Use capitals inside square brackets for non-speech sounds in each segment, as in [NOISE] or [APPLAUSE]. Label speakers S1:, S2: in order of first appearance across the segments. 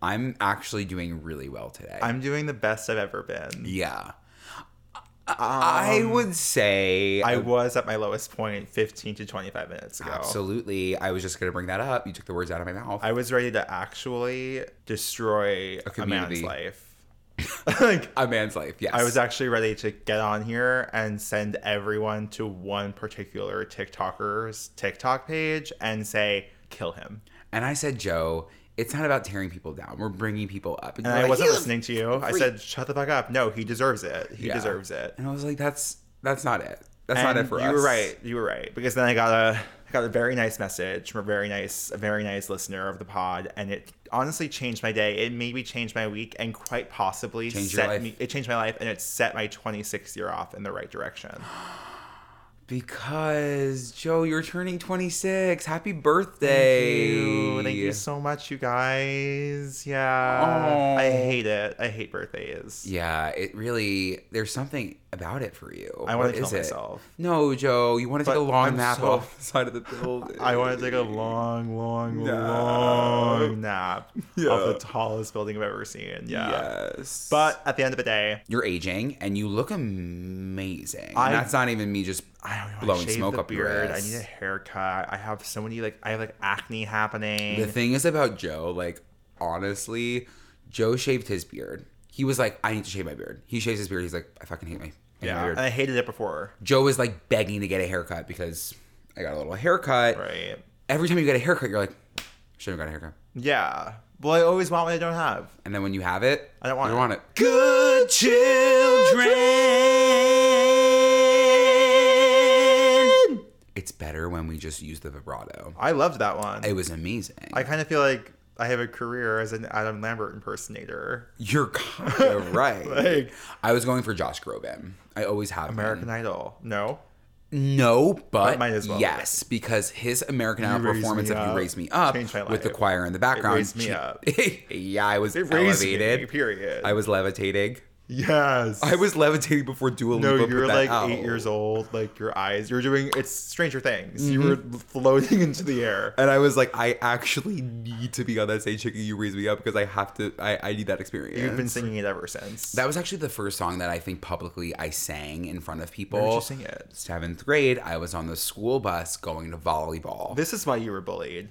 S1: I'm actually doing really well today.
S2: I'm doing the best I've ever been.
S1: yeah. I I would say
S2: Um, I was at my lowest point 15 to 25 minutes ago.
S1: absolutely. I was just going to bring that up. You took the words out of my mouth.
S2: I was ready to actually destroy a, man's
S1: community.
S2: life. like
S1: A man's life. Yes.
S2: I was actually ready to get on here and send everyone to one particular TikToker's TikTok page and say, kill him.
S1: and I said, Joe, it's not about tearing people down. We're bringing people up.
S2: And I wasn't listening to you. I said, shut the fuck up. No, he deserves it. He
S1: Yeah.
S2: deserves it.
S1: And I was like, that's that's not it. That's not
S2: And
S1: it for
S2: you
S1: us.
S2: were right. You were right. Because then I got a I got a very nice message from a very nice a very nice listener of the pod, and it honestly changed my day. It maybe changed my week, and quite possibly
S1: Changed your
S2: set
S1: life.
S2: me. It changed my life, and it set my 26 year off in the right direction.
S1: Because Joe, you're turning 26. Happy birthday.
S2: Ew, thank you so much, you guys. Yeah,
S1: Aw.
S2: I hate it. I hate birthdays.
S1: Yeah, it really there's something about it for you.
S2: I want
S1: What
S2: to kill
S1: is it?
S2: myself.
S1: No, Joe, you want to take
S2: But
S1: a long
S2: I'm
S1: nap
S2: so- [LAUGHS]
S1: off the side of the building.
S2: I want to take a long, long,
S1: Nah.
S2: long
S1: [LAUGHS]
S2: nap
S1: Yeah.
S2: of the tallest building I've ever seen. yeah.
S1: Yes.
S2: But at the end of the day,
S1: you're aging and you look amazing.
S2: I-
S1: and that's not even me just
S2: I don't know.
S1: blowing
S2: I shaved
S1: smoke
S2: the
S1: up your
S2: beard. I
S1: ass.
S2: need a haircut. I have so many like I have like acne happening.
S1: The thing is about Joe, like, honestly, Joe shaved his beard. He was like, I need to shave my beard. He shaves his beard. He's like, I fucking hate my, I hate my
S2: yeah,
S1: beard.
S2: and I hated it before.
S1: Joe is like begging to get a haircut because I got a little haircut.
S2: Right.
S1: Every time you get a haircut, you're like, I shouldn't have got a haircut.
S2: Yeah. Well, I always want what I don't have.
S1: And then when you have it,
S2: I don't want
S1: you
S2: it.
S1: want it. Good children. It's better when we just use the vibrato.
S2: I loved that one.
S1: It was amazing.
S2: I kind of feel like I have a career as an Adam Lambert impersonator.
S1: You're
S2: [LAUGHS]
S1: kind of right.
S2: Like-
S1: I was going for Josh Groban. I always have been.
S2: American Idol. No.
S1: No, but
S2: might as well.
S1: yes, because his American Idol
S2: Raised
S1: performance
S2: Me
S1: of "You
S2: Up
S1: Raise Me Up"
S2: changed my
S1: with the
S2: life.
S1: choir in the background.
S2: raised me up.
S1: [LAUGHS] yeah, I was
S2: It raised me,
S1: elevated.
S2: period.
S1: I was levitating.
S2: Yes.
S1: I was levitating before Dua Lipa
S2: No,
S1: put
S2: you were
S1: that
S2: like
S1: out.
S2: eight years old. Like your eyes, you were doing. It's Stranger Things. You
S1: Mm-hmm.
S2: were floating [LAUGHS] into the air.
S1: and I was like, I actually need to be on that stage shaking "You Raise Me Up" because I have to. I, I need that experience.
S2: You've been singing it ever since.
S1: that was actually the first song that I think publicly I sang in front of people.
S2: Where did you sing it?
S1: Seventh grade, I was on the school bus going to volleyball.
S2: This is why you were bullied.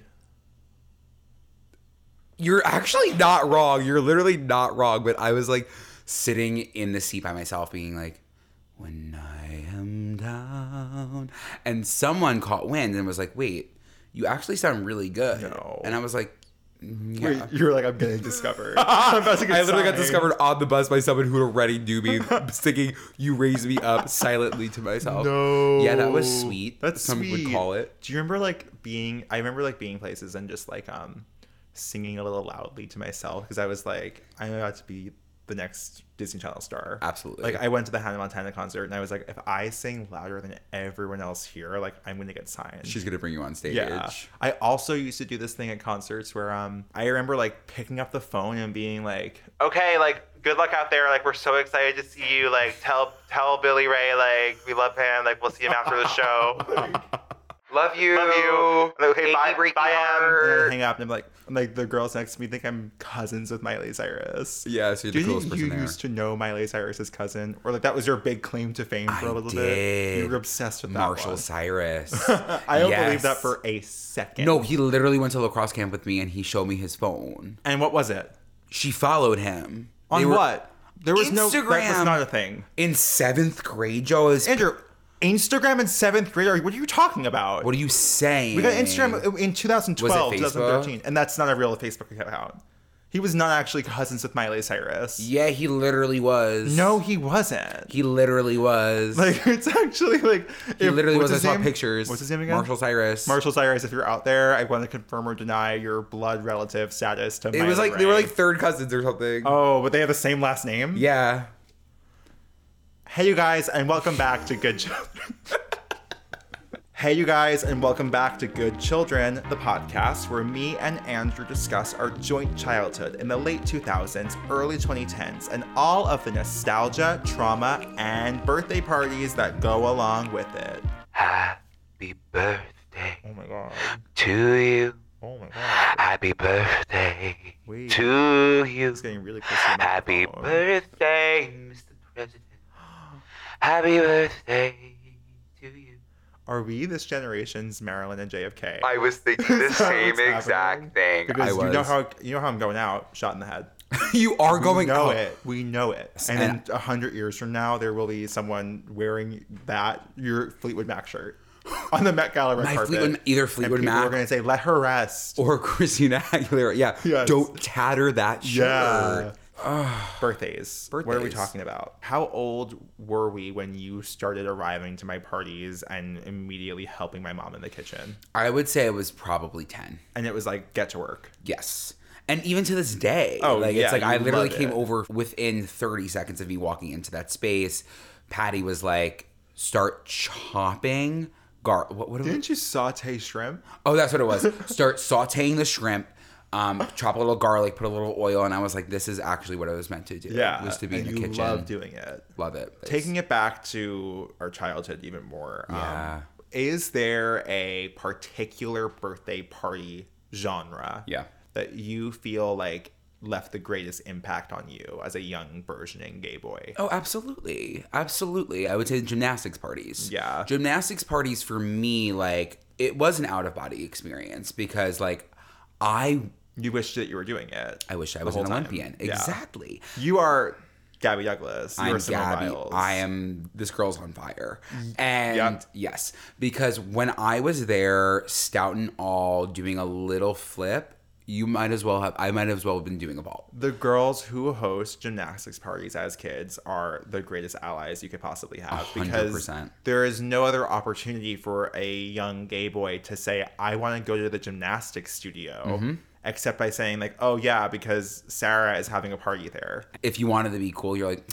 S1: You're actually not wrong. You're literally not wrong. But I was like sitting in the seat by myself, being like, when I am down. And someone caught wind and was like, wait, you actually sound really good.
S2: No.
S1: And I was like, "Mm,
S2: You're-
S1: yeah.
S2: You were like, I'm getting
S1: [LAUGHS]
S2: discovered. I'm about to get
S1: I literally got
S2: signed.
S1: discovered on the bus by someone who already knew me, [LAUGHS] singing "You Raise Me Up" silently to myself.
S2: No.
S1: Yeah, that was sweet.
S2: That's
S1: some
S2: sweet.
S1: would call it.
S2: Do you remember like being? I remember like being places and just like um, singing a little loudly to myself because I was like, I'm about to be the next Disney Channel star.
S1: Absolutely.
S2: Like I went to the Hannah Montana concert and I was like, if I sing louder than everyone else here, like I'm gonna get signed.
S1: She's gonna bring you on stage.
S2: Yeah. I also used to do this thing at concerts where um I remember like picking up the phone and being like, "Okay, like good luck out there. Like we're so excited to see you. Like tell tell Billy Ray like we love him. Like we'll see him after the show.
S1: Love you.
S2: love you. And, okay, bye bye um, And I hang up and I'm like I'm like the girls next to me think I'm cousins with Miley Cyrus.
S1: Yeah, so you're
S2: Do
S1: the
S2: you
S1: coolest
S2: think
S1: person
S2: you
S1: there.
S2: used to know Miley Cyrus's cousin, or like that was your big claim to fame for
S1: I
S2: a little bit? You
S1: did.
S2: were obsessed with that
S1: Marshall
S2: one. [LAUGHS]
S1: Cyrus.
S2: I don't believe
S1: Yes.
S2: that for a second.
S1: No, he literally went to lacrosse camp with me and he showed me his phone.
S2: And what was it?
S1: She followed him. They
S2: On
S1: were-
S2: what? There was no that was
S1: Instagram.
S2: not a thing.
S1: In seventh grade, Joe is.
S2: Andrew, Instagram in seventh grade. are- What are you talking about?
S1: What are you saying?
S2: we got Instagram in 2012,
S1: Was it Facebook?
S2: 2013, and that's not a real Facebook account. He was not actually cousins with Miley Cyrus.
S1: Yeah, he literally was.
S2: No, he wasn't.
S1: He literally was.
S2: [LAUGHS] like it's actually like
S1: he literally was. I saw
S2: name?
S1: pictures.
S2: What's his name again?
S1: Marshall Cyrus.
S2: Marshall Cyrus. If you're out there, I want to confirm or deny your blood relative status to.
S1: It was like they were like third cousins or something.
S2: Oh, but they have the same last name.
S1: Yeah.
S2: Hey, you guys, and welcome back to Good Children. hey, you guys, and welcome back to Good Children, the podcast where me and Andrew discuss our joint childhood in the late 2000s, early 2010s, and all of the nostalgia, trauma, and birthday parties that go along with it.
S3: Happy birthday
S2: Oh my god.
S3: to you.
S2: Oh my god.
S3: Happy birthday
S2: Wait.
S3: to you.
S2: It's getting really close to the
S3: Happy
S2: microphone.
S3: birthday, Mr. President. Happy birthday to you.
S2: Are we this generation's Marilyn and JFK?
S3: I was thinking the
S2: [LAUGHS] Is that
S3: same
S2: what's happening?
S3: exact thing.
S2: because
S1: I
S2: you know
S1: was.
S2: how you know how I'm going out, shot in the head.
S1: [LAUGHS] you are
S2: We
S1: going.
S2: know
S1: oh,
S2: it. We know it. And,
S1: And-
S2: in a hundred years from now, there will be someone wearing that your Fleetwood Mac shirt on the Met Gala red
S1: My
S2: carpet.
S1: Fleetwood, either Fleetwood
S2: and people are
S1: Mac
S2: going to say, "Let her rest."
S1: or [LAUGHS] Christina Aguilera. Yeah.
S2: Yes.
S1: Don't tatter that
S2: Yeah.
S1: shirt.
S2: [SIGHS] Birthdays. What are we
S1: Birthdays.
S2: talking about? How old were we when you started arriving to my parties and immediately helping my mom in the kitchen?
S1: I would say it was probably 10.
S2: And it was like, get to work.
S1: Yes. And even to this day,
S2: Oh,
S1: like
S2: yeah,
S1: it's like I
S2: you
S1: literally
S2: love
S1: came
S2: it.
S1: over within 30 seconds of me walking into that space. Patty was like, "Start chopping gar what what do we-
S2: Didn't you saute shrimp?
S1: Oh, that's what it was. [LAUGHS] Start sautéing the shrimp." Um, chop a little garlic, put a little oil, and I was like, "This is actually what I was meant to do.
S2: Yeah.
S1: was to be
S2: and
S1: in the
S2: you
S1: kitchen.
S2: love doing it.
S1: Love it. It's-
S2: Taking it back to our childhood even more.
S1: Yeah.
S2: Um, is there a particular birthday party genre
S1: Yeah.
S2: that you feel like left the greatest impact on you as a young burgeoning gay boy?
S1: Oh, absolutely. Absolutely. I would say gymnastics parties.
S2: Yeah.
S1: Gymnastics parties for me, like, it was an out of body experience because, like, I
S2: You wish that you were doing it.
S1: I wish I was
S2: whole
S1: an
S2: time.
S1: Olympian.
S2: Yeah.
S1: Exactly.
S2: You are Gabby Douglas. You are
S1: I'm
S2: Simone
S1: Gabby.
S2: Biles.
S1: I am this girl's on fire. And
S2: Mm. Yep.
S1: yes, because when I was there, stout and all doing a little flip, you might as well have. I might as well have been doing a vault.
S2: The girls who host gymnastics parties as kids are the greatest allies you could possibly have because
S1: 100%.
S2: there is no other opportunity for a young gay boy to say, I want to go to the gymnastics studio, except by saying, like, oh, yeah, because Sarah is having a party there.
S1: If you wanted to be cool, you're like,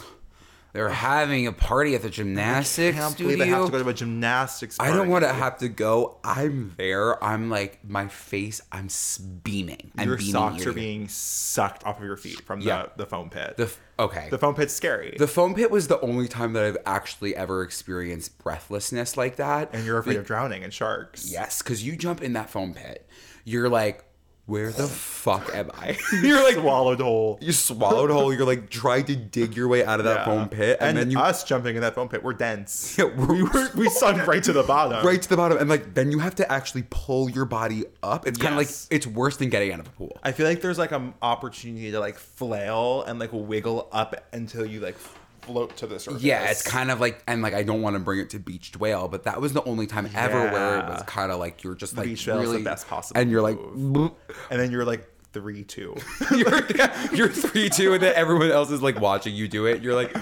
S1: they're having a party at the gymnastics
S2: I can't
S1: studio.
S2: believe I have to go to a gymnastics
S1: I
S2: party.
S1: don't want to have to go. I'm there. I'm like my face. I'm s- beaming. I'm
S2: Your
S1: beaming
S2: socks
S1: ear
S2: are
S1: to ear.
S2: being sucked off of your feet from
S1: Yeah.
S2: the, the foam pit.
S1: the f- okay.
S2: the foam pit's scary.
S1: The foam pit was the only time that I've actually ever experienced breathlessness like that.
S2: and you're afraid of drowning and sharks. [LAUGHS]
S1: yes, because you jump in that foam pit, you're like, where the fuck am I? [LAUGHS] you're like,
S2: Swallowed whole.
S1: you swallowed whole. You're like trying to dig your way out of that
S2: Yeah.
S1: foam pit, and, then you [LAUGHS]
S2: us jumping in that foam pit, we're dense. [LAUGHS]
S1: Yeah,
S2: we
S1: we're-
S2: were we sunk right to the bottom.
S1: [LAUGHS] right to the bottom, and like then you have to actually pull your body up. It's kind of
S2: Yes.
S1: like it's worse than getting out of a pool.
S2: I feel like there's like an opportunity to like flail and like wiggle up until you like float to the surface.
S1: Yeah, it's kind of like, and like, I don't want to bring it to beached whale, but that was the only time ever where it was
S2: Yeah.
S1: kind of like you're just like
S2: beached whale's the
S1: really
S2: best possible
S1: and you're like,
S2: and then you're like three two.
S1: [LAUGHS] you're, you're three two, and then everyone else is like watching you do it. You're like,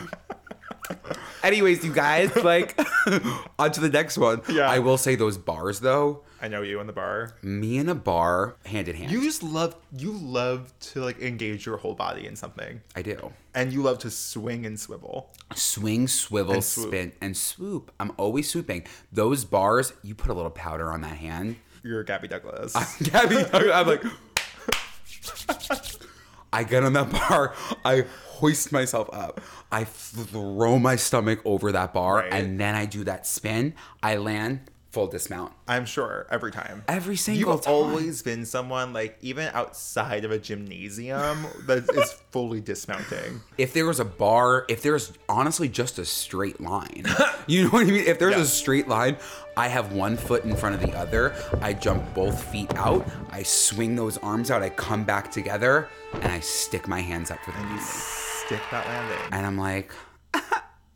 S1: [LAUGHS] anyways, you guys, like, [LAUGHS] on to the next one.
S2: Yeah.
S1: I will say those bars though,
S2: I know you in the
S1: [LAUGHS]
S2: bar.
S1: me and a bar hand in hand.
S2: You just love you love to like engage your whole body in something,
S1: I do.
S2: and you love to swing and swivel.
S1: Swing, swivel,
S2: And swoop.
S1: spin, and swoop. I'm always swooping. Those bars, you put a little powder on that hand.
S2: You're Gabby Douglas.
S1: [LAUGHS] Gabby, I'm like, [LAUGHS] I get on that bar, I hoist myself up, I throw my stomach over that bar,
S2: Right.
S1: and then I do that spin. I land, full dismount.
S2: [LAUGHS] I'm sure every time.
S1: Every
S2: You've
S1: single time.
S2: always been someone like even outside of a gymnasium that is fully dismounting.
S1: If there was a bar, if there's honestly just a
S2: [LAUGHS]
S1: straight line, you know what I mean? If there's
S2: Yeah.
S1: a straight line, I have one foot in front of the other, I jump both feet out, I swing those arms out, I come back together, and I stick my hands up for the
S2: You stick that landing.
S1: And I'm like,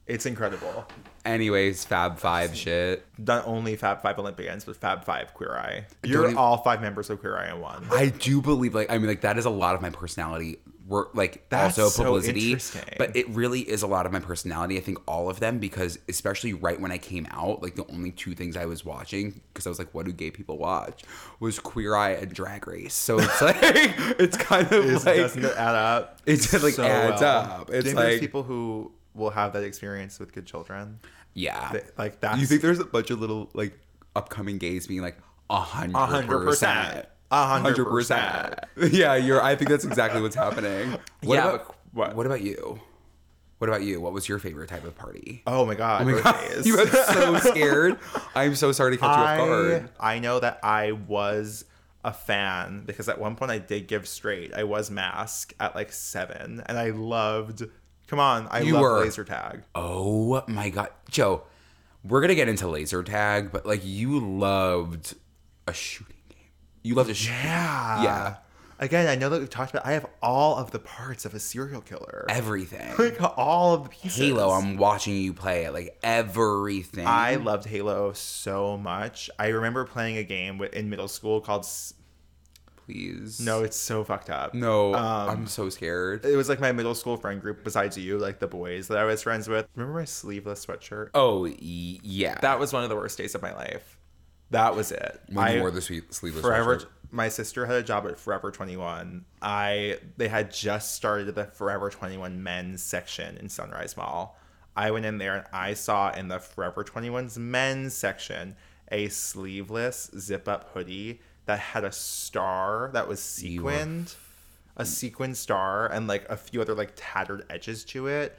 S2: It's incredible.
S1: Anyways, Fab Five shit.
S2: Not only Fab Five Olympians, but Fab Five Queer Eye. You're
S1: don't even-
S2: all five members of Queer Eye in one.
S1: I do believe, like, I mean, like that is a lot of my personality. Work, like,
S2: That's so
S1: also publicity,
S2: interesting.
S1: but it really is a lot of my personality. I think all of them, because especially right when I came out, like the only two things I was watching, because I was like, what do gay people watch? Was Queer Eye and Drag Race.
S2: [LAUGHS]
S1: So it's like, it's kind of
S2: This
S1: like,
S2: doesn't add up.
S1: [LAUGHS] it just, like, adds up.
S2: Do you
S1: It's
S2: think there's
S1: like-
S2: people who will have that experience with good children.
S1: yeah,
S2: Th- Like that.
S1: you think there's a bunch of little like upcoming gays being like a hundred
S2: A hundred percent. A hundred percent.
S1: [LAUGHS] Yeah, you're. I think that's exactly what's happening. What
S2: Yeah,
S1: About,
S2: but what-
S1: what? about you? What about you? What was your favorite type of party?
S2: Oh my god.
S1: [LAUGHS]
S2: birthdays. [LAUGHS]
S1: you got so scared. I'm so sorry to catch you off
S2: I,
S1: guard.
S2: I know that I was a fan because at one point I did give straight. I was mask at like seven, and I loved. Come on, I
S1: You
S2: love
S1: were.
S2: laser tag.
S1: Oh my god, Joe, we're gonna get into laser tag, but like you loved a shooting game. You loved a sh-
S2: Yeah.
S1: Yeah.
S2: Again, I know that we've talked about. I have all of the parts of a serial killer.
S1: everything.
S2: Like, all of the pieces.
S1: Halo, I'm watching you play it, like everything.
S2: I loved Halo so much. I remember playing a game wi- in middle school called. S-
S1: please.
S2: No, it's so fucked up.
S1: no,
S2: Um,
S1: I'm so scared.
S2: It was like my middle school friend group, besides you, like the boys that I was friends with. Remember my sleeveless sweatshirt?
S1: Oh y- yeah,
S2: That was one of the worst days of my life. That was it.
S1: when you
S2: I-
S1: wore the sweet sleeveless
S2: Forever.
S1: sweatshirt.
S2: My sister had a job at Forever 21. I they had just started the Forever 21 men's section in Sunrise Mall. I went in there and I saw in the Forever 21's men's section a sleeveless zip-up hoodie that had a star that was
S1: You were
S2: sequined, a sequined star and like a few other like tattered edges to it.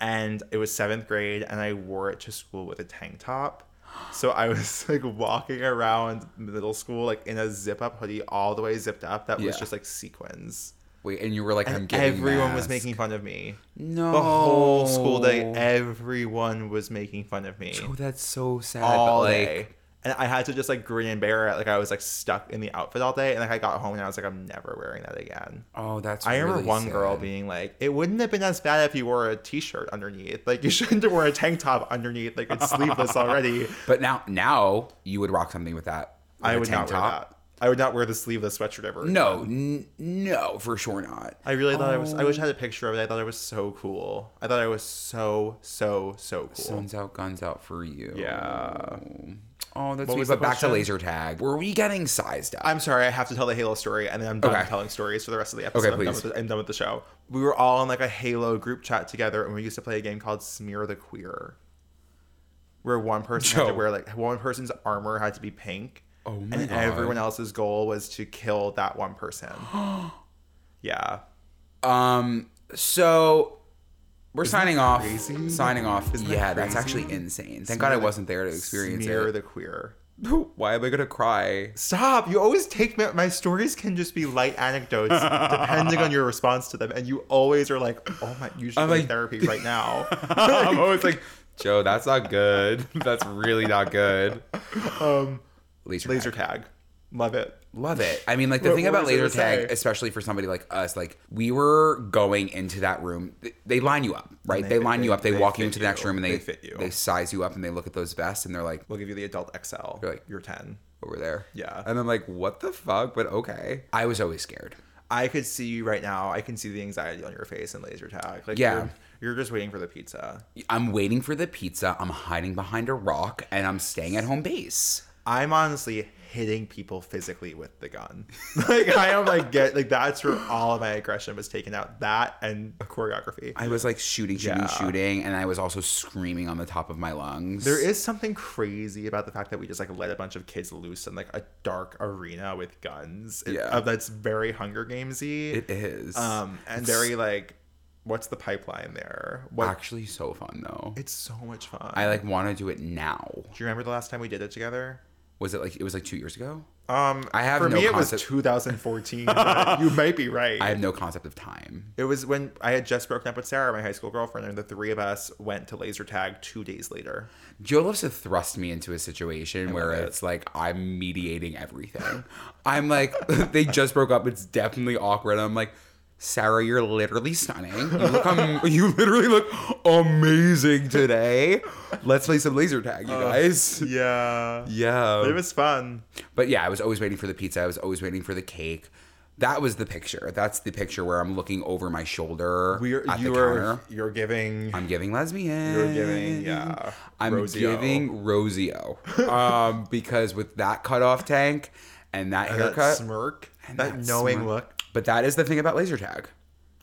S2: And it was 7th grade and I wore it to school with a tank top. So I was [LAUGHS] like walking around middle school like in a zip up hoodie all the way zipped up that was
S1: Yeah.
S2: just like sequins.
S1: Wait, and you were like, I'm
S2: And
S1: getting
S2: E- everyone was
S1: mask.
S2: making fun of me.
S1: no
S2: The whole school day everyone was making fun of me.
S1: Oh, that's so sad.
S2: all
S1: but, like,
S2: day. And I had to just like grin and bear it. Like I was like stuck in the outfit all day and like I got home and I was like I'm never wearing that again.
S1: Oh, that's.
S2: I remember
S1: really
S2: one girl
S1: sad.
S2: being like, "It wouldn't have been as bad if you wore a t-shirt underneath. Like you [LAUGHS] shouldn't have worn a tank top underneath. Like it's sleeveless
S1: [LAUGHS]
S2: already."
S1: But now, now you would rock something with that.
S2: I
S1: Like a
S2: would
S1: tank
S2: not wear
S1: top.
S2: that. I would not wear the sleeveless sweatshirt ever.
S1: No, n- no, for sure not.
S2: I really thought I was. I wish I had a
S1: Oh.
S2: picture of it. I thought I was so cool. I thought I was so so so cool.
S1: Sun's out, guns out for you.
S2: yeah.
S1: Oh, that's
S2: What
S1: sweet.
S2: was the
S1: But back to
S2: question?
S1: laser tag. Were we getting sized up?
S2: I'm sorry, I have to tell the Halo story, and then I'm done
S1: Okay.
S2: telling stories for the rest of the episode.
S1: Okay,
S2: I'm, done
S1: please.
S2: with the, I'm done with the show. We were all in like a Halo group chat together, and we used to play a game called Smear the Queer, where one person had
S1: Joe.
S2: to wear like one person's armor had to be pink,
S1: Oh my
S2: and
S1: God.
S2: everyone else's goal was to kill that one
S1: [GASPS]
S2: person. yeah,
S1: Um. So we're signing off.
S2: crazy?
S1: Signing off.
S2: Isn't that
S1: yeah, that's
S2: crazy?
S1: actually insane. Thank God I
S2: the-
S1: wasn't there to experience
S2: Smear
S1: it.
S2: the Queer.
S1: [LAUGHS] Why am I gonna
S2: [LAUGHS]
S1: cry? [LAUGHS]
S2: Stop! You always take my, my stories can just be light
S1: [LAUGHS]
S2: anecdotes depending on your response to them, and you always are like, "Oh my, you should
S1: I'm
S2: be in
S1: like-
S2: therapy right
S1: [LAUGHS]
S2: now."
S1: I'm always like, Joe, that's not good. [LAUGHS] That's really not good.
S2: um,
S1: Laser,
S2: laser
S1: tag.
S2: tag, love it.
S1: Love it. I mean, like the
S2: What
S1: thing
S2: more
S1: about
S2: is there
S1: laser
S2: to
S1: tag,
S2: say?
S1: especially for somebody like us, like we were going into that room. th- They line you up, right?
S2: They-
S1: They, line you
S2: they-
S1: up. They,
S2: they
S1: walk
S2: fit
S1: you into the next
S2: you.
S1: room and they
S2: They fit you.
S1: They size you up and they look at those vests and they're like
S2: We'll give you the adult XL. You're
S1: You're
S2: like,
S1: like-
S2: you're ten.
S1: over there.
S2: Yeah.
S1: And I'm like, what the fuck? But okay. I was always scared.
S2: I could see you right now. I can see the anxiety on your face and laser tag. Like,
S1: Yeah.
S2: you're, you're just waiting for the pizza.
S1: I'm waiting for the pizza. I'm hiding behind a rock and I'm staying at home base.
S2: I'm honestly hitting people physically with the gun. [LAUGHS] like I am like get like that's where all of my aggression was taken out. That and choreography.
S1: I was like shooting, shooting,
S2: Yeah.
S1: shooting, and I was also screaming on the top of my lungs.
S2: There is something crazy about the fact that we just like let a bunch of kids loose in like a dark arena with guns. It-
S1: Yeah.
S2: uh, that's very Hunger Gamesy.
S1: It is.
S2: Um, and very like, what's the pipeline there? What?
S1: actually so fun though.
S2: it's so much fun.
S1: I like want to do it now.
S2: Do you remember the last time we did it together?
S1: Was it like it was like two years ago?
S2: Um,
S1: I have
S2: for
S1: no
S2: me it was
S1: concept- [LAUGHS]
S2: 2014. but you might be right.
S1: I have no concept of time.
S2: it was when I had just broken up with Sarah, my high school girlfriend, and the three of us went to laser tag two days later.
S1: Joe loves to thrust me into a situation where
S2: it.
S1: it's like I'm mediating everything. I'm like, [LAUGHS] they just broke up. It's definitely awkward. I'm like, Sarah, you're literally stunning. You
S2: [LAUGHS]
S1: look, am- you literally look amazing today. Let's play some laser tag, you guys.
S2: Uh, Yeah,
S1: [LAUGHS] yeah.
S2: it was fun.
S1: But yeah, I was always waiting for the pizza. I was always waiting for the cake. That was the picture. That's the picture where I'm looking over my shoulder
S2: We are,
S1: at
S2: you
S1: the
S2: were
S1: counter.
S2: you're giving
S1: I'm giving lesbian.
S2: you're giving yeah.
S1: I'm
S2: Rosie O.
S1: giving
S2: [LAUGHS]
S1: Rosio. Um, because with that cutoff tank and that
S2: that
S1: haircut,
S2: smirk,
S1: and
S2: that,
S1: that
S2: knowing
S1: smirk.
S2: look.
S1: but that is the thing about laser tag.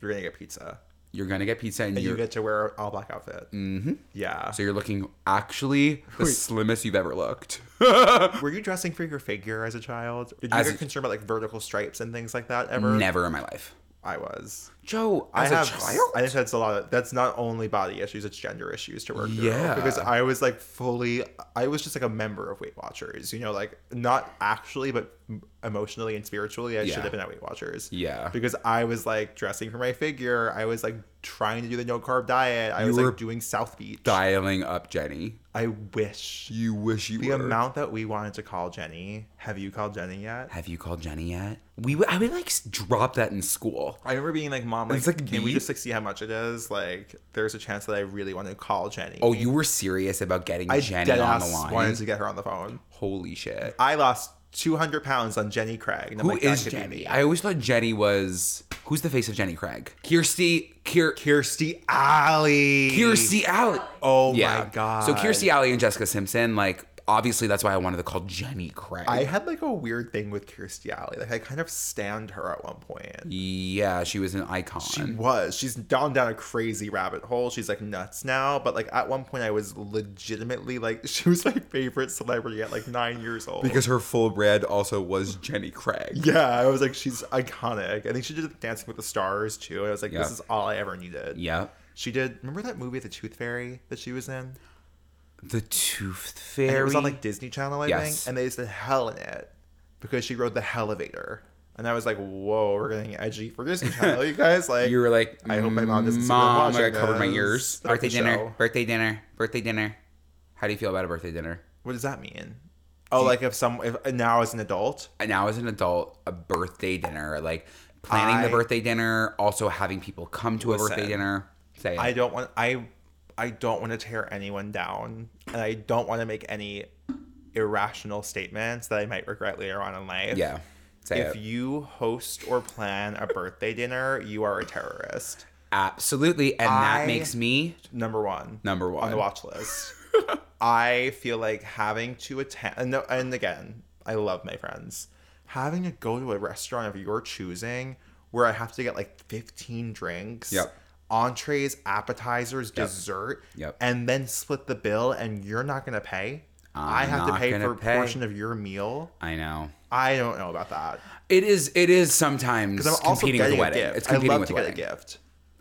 S2: You're gonna get pizza.
S1: You're gonna get pizza, and,
S2: And
S1: you're
S2: you get to wear an all black outfit. Mm-hmm. Yeah.
S1: so you're looking actually the slimmest you've ever looked.
S2: Were you dressing for your figure as a child? Did you
S1: As
S2: get
S1: a-
S2: concerned about like vertical stripes and things like that ever?
S1: Never in my life,
S2: I was.
S1: Joe.
S2: I
S1: As
S2: have.
S1: a child,
S2: I think that's a lot. Of, that's not only body issues; it's gender issues to work through.
S1: Yeah.
S2: Because I was like fully. I was just like a member of Weight Watchers. You know, like not actually, but m- emotionally and spiritually, I
S1: Yeah.
S2: should have been at Weight Watchers.
S1: Yeah.
S2: Because I was like dressing for my figure. I was like trying to do the no carb diet. I
S1: You
S2: was
S1: were
S2: like doing South Beach.
S1: Dialing up Jenny.
S2: I wish.
S1: You wish you
S2: The
S1: were.
S2: amount that we wanted to call Jenny. Have you called Jenny yet?
S1: Have you called Jenny yet? We would, I would like s- drop that in school.
S2: I remember being like, Mom, like,
S1: It's like
S2: can we
S1: beef.
S2: just like see how much it is? Like, there's a chance that I really want to call Jenny.
S1: Oh, you were serious about getting
S2: I
S1: Jenny
S2: dead
S1: on the
S2: ass
S1: line.
S2: wanted to get her on the phone.
S1: Holy shit.
S2: I lost 200 pounds on Jenny Craig. And I'm
S1: Who
S2: like,
S1: is
S2: that could be
S1: Jenny?
S2: me.
S1: I always thought Jenny was who's the face of Jenny Craig? Kirstie Kier
S2: Kirstie Alley.
S1: Kirstie Alley.
S2: Oh my god.
S1: So Kirstie Alley and Jessica Simpson, like obviously that's why I wanted to call Jenny Craig.
S2: I had like a weird thing with Kirstie Alley. Like I kind of stand her at one point.
S1: yeah, she was an icon.
S2: She was. She's gone down a crazy rabbit hole. She's like nuts now. But like at one point, I was legitimately like, [LAUGHS] she was my favorite celebrity at like nine years old.
S1: because her full bread also was Jenny Craig.
S2: yeah, I was like, she's iconic. I think she did Dancing with the Stars too. And I was like, this
S1: Yeah.
S2: is all I ever needed.
S1: Yep.
S2: She did. Remember that movie, The Tooth Fairy, that she was in?
S1: The Tooth
S2: And
S1: Fairy.
S2: it was on like Disney Channel, I
S1: Yes.
S2: think, and they used the hell in it because she rode the elevator, and I was like, "Whoa, we're getting edgy for
S1: [LAUGHS]
S2: Disney Channel, you guys!" Like,
S1: you were like,
S2: I hope my mom doesn't see me
S1: Mom, I
S2: watching
S1: got covered my
S2: this
S1: ears.
S2: at the
S1: Birthday dinner.
S2: show."
S1: Birthday dinner. Birthday dinner. How do you feel about a birthday dinner?
S2: what does that mean? Oh, like if some if now as an adult,
S1: And now as an adult, a birthday dinner, like planning
S2: I-
S1: the birthday dinner, also having people come to a
S2: Listen,
S1: birthday dinner. Say it.
S2: I don't want I I don't want to tear anyone down, and I don't want to make any irrational statements that I might regret later on in life.
S1: yeah. Say
S2: If
S1: it.
S2: you host or plan a birthday dinner, you are a terrorist.
S1: Absolutely. And
S2: I-
S1: that makes me
S2: Number one.
S1: number one.
S2: on the watch list. I feel like having to attend, and, no- and again, I love my friends. Having to go to a restaurant of your choosing where I have to get like 15 drinks,
S1: Yep.
S2: entrees, appetizers, dessert,
S1: Yep.
S2: and then split the bill, and you're not going to pay. i
S1: I'm
S2: have to
S1: not
S2: pay
S1: gonna
S2: for
S1: pay.
S2: a portion of your meal.
S1: I know.
S2: I don't know about that.
S1: It is it is sometimes
S2: Because I'm also
S1: competing with
S2: getting
S1: the
S2: a
S1: wedding.
S2: gift.
S1: It's
S2: I
S1: competing
S2: love
S1: with
S2: to
S1: the
S2: get
S1: wedding.
S2: a gift.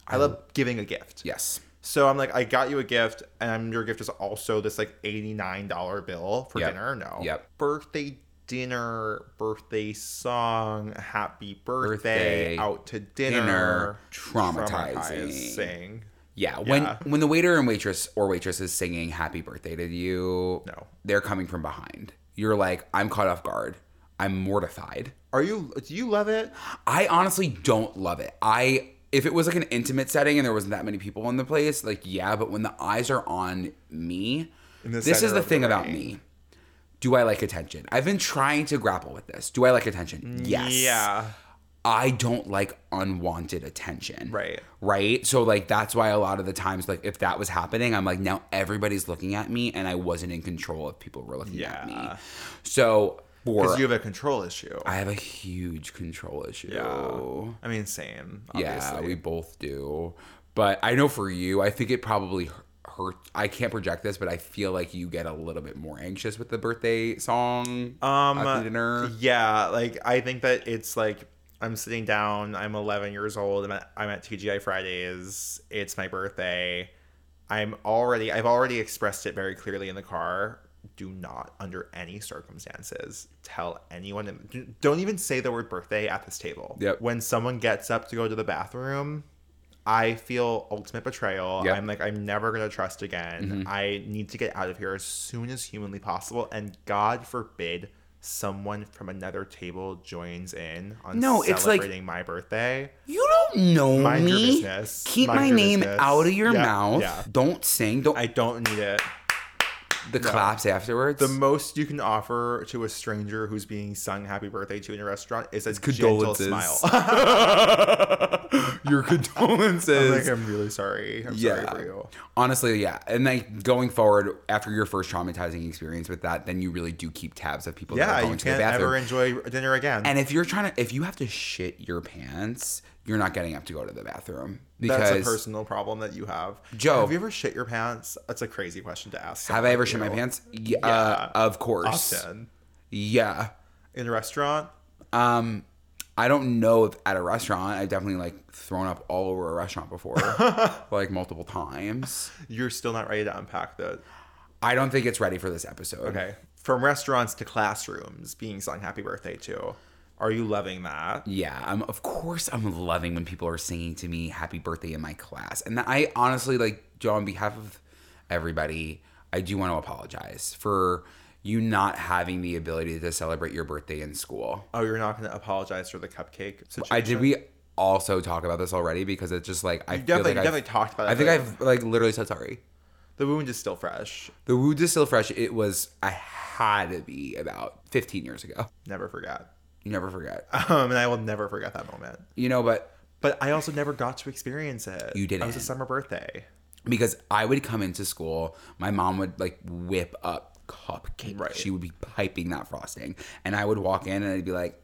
S2: I love giving a gift.
S1: Yes.
S2: So I'm like, I got you a gift, and I'm- your gift is also this like $89 bill for
S1: Yep.
S2: dinner. No.
S1: Yep.
S2: Birthday dinner, birthday song, happy birthday,
S1: Birthday,
S2: out to dinner.
S1: dinner, traumatizing.
S2: Traumatizing.
S1: Yeah. When
S2: Yeah.
S1: when the waiter and waitress or waitress is singing happy birthday to you,
S2: No.
S1: they're coming from behind. You're like, I'm caught off guard. I'm mortified.
S2: Are you, do you love it?
S1: I honestly don't love it. I if it was like an intimate setting and there wasn't that many people in the place, like yeah, but when the eyes are on me,
S2: In the
S1: this
S2: center
S1: is the
S2: of the
S1: thing about
S2: ring.
S1: me. Do I like attention? I've been trying to grapple with this. Do I like attention? Yes.
S2: Yeah.
S1: I don't like unwanted attention.
S2: Right.
S1: Right? So like that's why a lot of the times like if that was happening, I'm like now everybody's looking at me and I wasn't in control if people were looking at me.
S2: Yeah.
S1: So for
S2: Because you have a control issue.
S1: I have a huge control issue.
S2: yeah. I mean, same. Obviously.
S1: Yeah, we both do. But I know for you, I think it probably hurt. I can't project this, but I feel like you get a little bit more anxious with the birthday song
S2: Um,
S1: after dinner.
S2: Yeah, like I think that it's like I'm sitting down. I'm 11 years old. I'm at, I'm at TGI Fridays. It's my birthday. I'm already. I've already expressed it very clearly in the car. Do not, under any circumstances, tell anyone. d- Don't even say the word birthday at this table.
S1: Yep.
S2: When someone gets up to go to the bathroom, I feel ultimate betrayal.
S1: Yep. Mm-hmm.
S2: I'm like, I'm never gonna trust again. I need to get out of here as soon as humanly possible. And God forbid someone from another table joins in on
S1: No, it's like-
S2: celebrating my birthday.
S1: You don't know
S2: Mind
S1: me.
S2: your business.
S1: Keep
S2: Mind
S1: my
S2: your
S1: name
S2: business.
S1: out of your
S2: Yeah,
S1: mouth.
S2: yeah.
S1: Don't sing. Don't
S2: I don't need it.
S1: the claps afterwards.
S2: The most you can offer to a stranger who's being sung happy birthday to in a restaurant is a gentle
S1: condolences.
S2: smile. [LAUGHS] [GASPS]
S1: Your
S2: I'm
S1: condolences.
S2: like,
S1: [LAUGHS]
S2: I'm really sorry. I'm sorry for you.
S1: Honestly, yeah. And like going forward after your first traumatizing experience with that, then you really do keep tabs of people that
S2: Yeah,
S1: are going
S2: you
S1: to the
S2: can't
S1: bathroom.
S2: ever enjoy dinner again.
S1: and if you're trying to if you have to shit your pants, you're not getting up to go to the bathroom because
S2: That's a personal problem that you have.
S1: Joe.
S2: have you ever shit your pants? That's a crazy question to ask.
S1: have I ever shit
S2: someone
S1: my
S2: you
S1: pants? Yeah, uh, of course.
S2: Often
S1: Yeah.
S2: in a restaurant.
S1: Um I don't know if at a restaurant. I've definitely like thrown up all over a
S2: [LAUGHS]
S1: restaurant before, like multiple times.
S2: You're still not ready to unpack the.
S1: I don't think it's ready for this episode.
S2: Okay, from restaurants to classrooms, being sung "Happy Birthday" to. Are you loving that?
S1: Yeah, I'm of course I'm loving when people are singing to me happy birthday in my class. And I honestly like Joe on behalf of everybody, I do want to apologize for you not having the ability to celebrate your birthday in school.
S2: Oh, you're not going to apologize for the cupcake situation.
S1: I did we also talk about this already because it's just like I
S2: You
S1: feel
S2: definitely,
S1: like I've-
S2: definitely talked about.
S1: I
S2: it,
S1: think
S2: but
S1: I've like literally said sorry.
S2: the wound is still fresh.
S1: The wound is still fresh. It was I had to be about 15 years ago.
S2: Never forget.
S1: You never forget.
S2: Um, and I will never forget that moment.
S1: You know, but
S2: But I also never got to experience it.
S1: You
S2: It was a
S1: didn't.
S2: summer birthday.
S1: because I would come into school, my mom would like whip up cupcakes.
S2: Right.
S1: She would be piping that frosting, and I would walk in and I'd be like,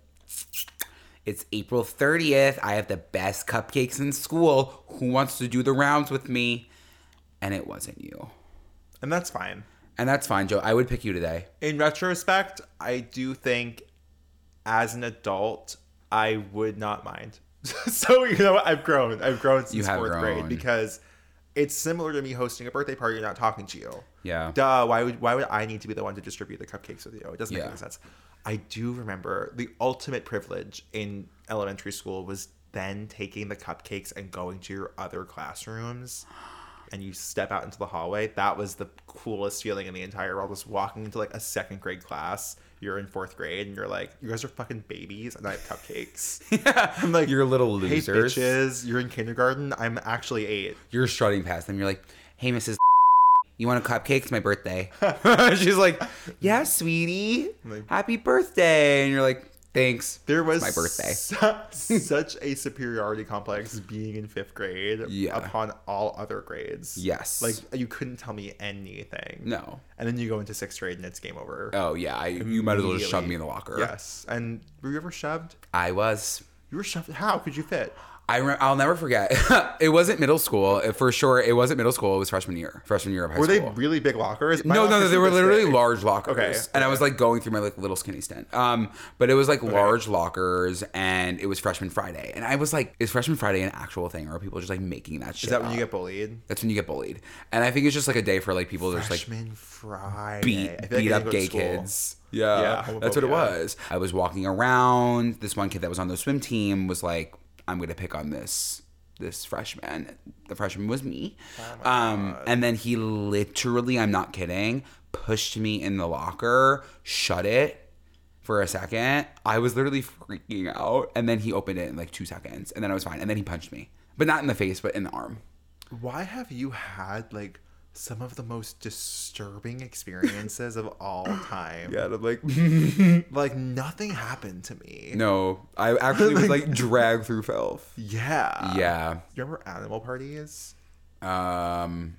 S1: "It's April thirtieth. I have the best cupcakes in school. Who wants to do the rounds with me?" And it wasn't you,
S2: And that's fine.
S1: and that's fine, Joe. I would pick you today.
S2: In retrospect, I do think as an adult, I would not mind. [LAUGHS] so, you know, what? I've grown. I've grown since
S1: have
S2: fourth grade
S1: grown.
S2: because it's similar to me hosting a birthday party and not talking to you.
S1: Yeah.
S2: Duh, why would why would I need to be the one to distribute the cupcakes with you? It doesn't make
S1: Yeah.
S2: any sense. I do remember the ultimate privilege in elementary school was then taking the cupcakes and going to your other classrooms and you step out into the hallway. That was the coolest feeling in the entire world was walking into like a second grade class. You're in fourth grade and you're like, you guys are fucking babies and I have cupcakes.
S1: [LAUGHS] I'm like, you're little
S2: hey
S1: [LAUGHS] losers.
S2: bitches, you're in kindergarten. I'm actually
S1: [LAUGHS]
S2: eight. [LAUGHS]
S1: you're strutting past them. You're like, "Hey, Mrs. You want a cupcake? It's my birthday."
S2: [LAUGHS]
S1: She's like, "Yeah, sweetie.
S2: Like-
S1: Happy birthday!" And you're like, "Thanks."
S2: There was
S1: my birthday.
S2: [LAUGHS] su- such a superiority complex being in fifth grade
S1: Yeah.
S2: upon all other grades.
S1: Yes.
S2: Like you couldn't tell me anything.
S1: No.
S2: And then you go into sixth grade and it's game over.
S1: Oh yeah, I, you might as well just shove
S2: Immediately.
S1: me in the locker.
S2: Yes. And were you ever shoved?
S1: I was.
S2: You were shoved. How could you fit?
S1: I rem- I'll never forget. [LAUGHS] it wasn't middle school uh, for sure. It wasn't middle school. It was freshman year. Freshman year of high
S2: Were they
S1: school.
S2: really big lockers? My
S1: no, no, no,
S2: lockers
S1: they
S2: were
S1: were
S2: this
S1: literally
S2: big.
S1: large lockers,
S2: Okay.
S1: and I was like going through my like little skinny stint. Um, but it was like large lockers, and it was freshman Friday, and I was like, "Is freshman Friday an actual thing, or are people just like making that shit?"
S2: Is that when
S1: up?
S2: you get bullied?
S1: That's when you get bullied, and I think it's just like a day for like people to just like
S2: Freshman Friday.
S1: beat
S2: I feel like I
S1: beat
S2: didn't
S1: up
S2: go to
S1: gay
S2: school.
S1: kids. Yeah,
S2: Yeah,
S1: that's what
S2: homophobia.
S1: it was. I was walking around. This one kid that was on the swim team was like, "I'm gonna pick on this this freshman." The freshman was me,
S2: Oh
S1: um, and then he literally, I'm not kidding, pushed me in the locker, shut it. For a second, I was literally freaking out, and then he opened it in like two seconds, and then I was fine. And then he punched me, but not in the face, but in the arm.
S2: Why have you had like some of the most disturbing experiences of all time?
S1: [LAUGHS] Yeah, and I'm like,
S2: Like nothing happened to me.
S1: [LAUGHS] no, I actually was [LAUGHS] like dragged through filth.
S2: Yeah.
S1: Yeah,
S2: You remember animal parties?
S1: Um,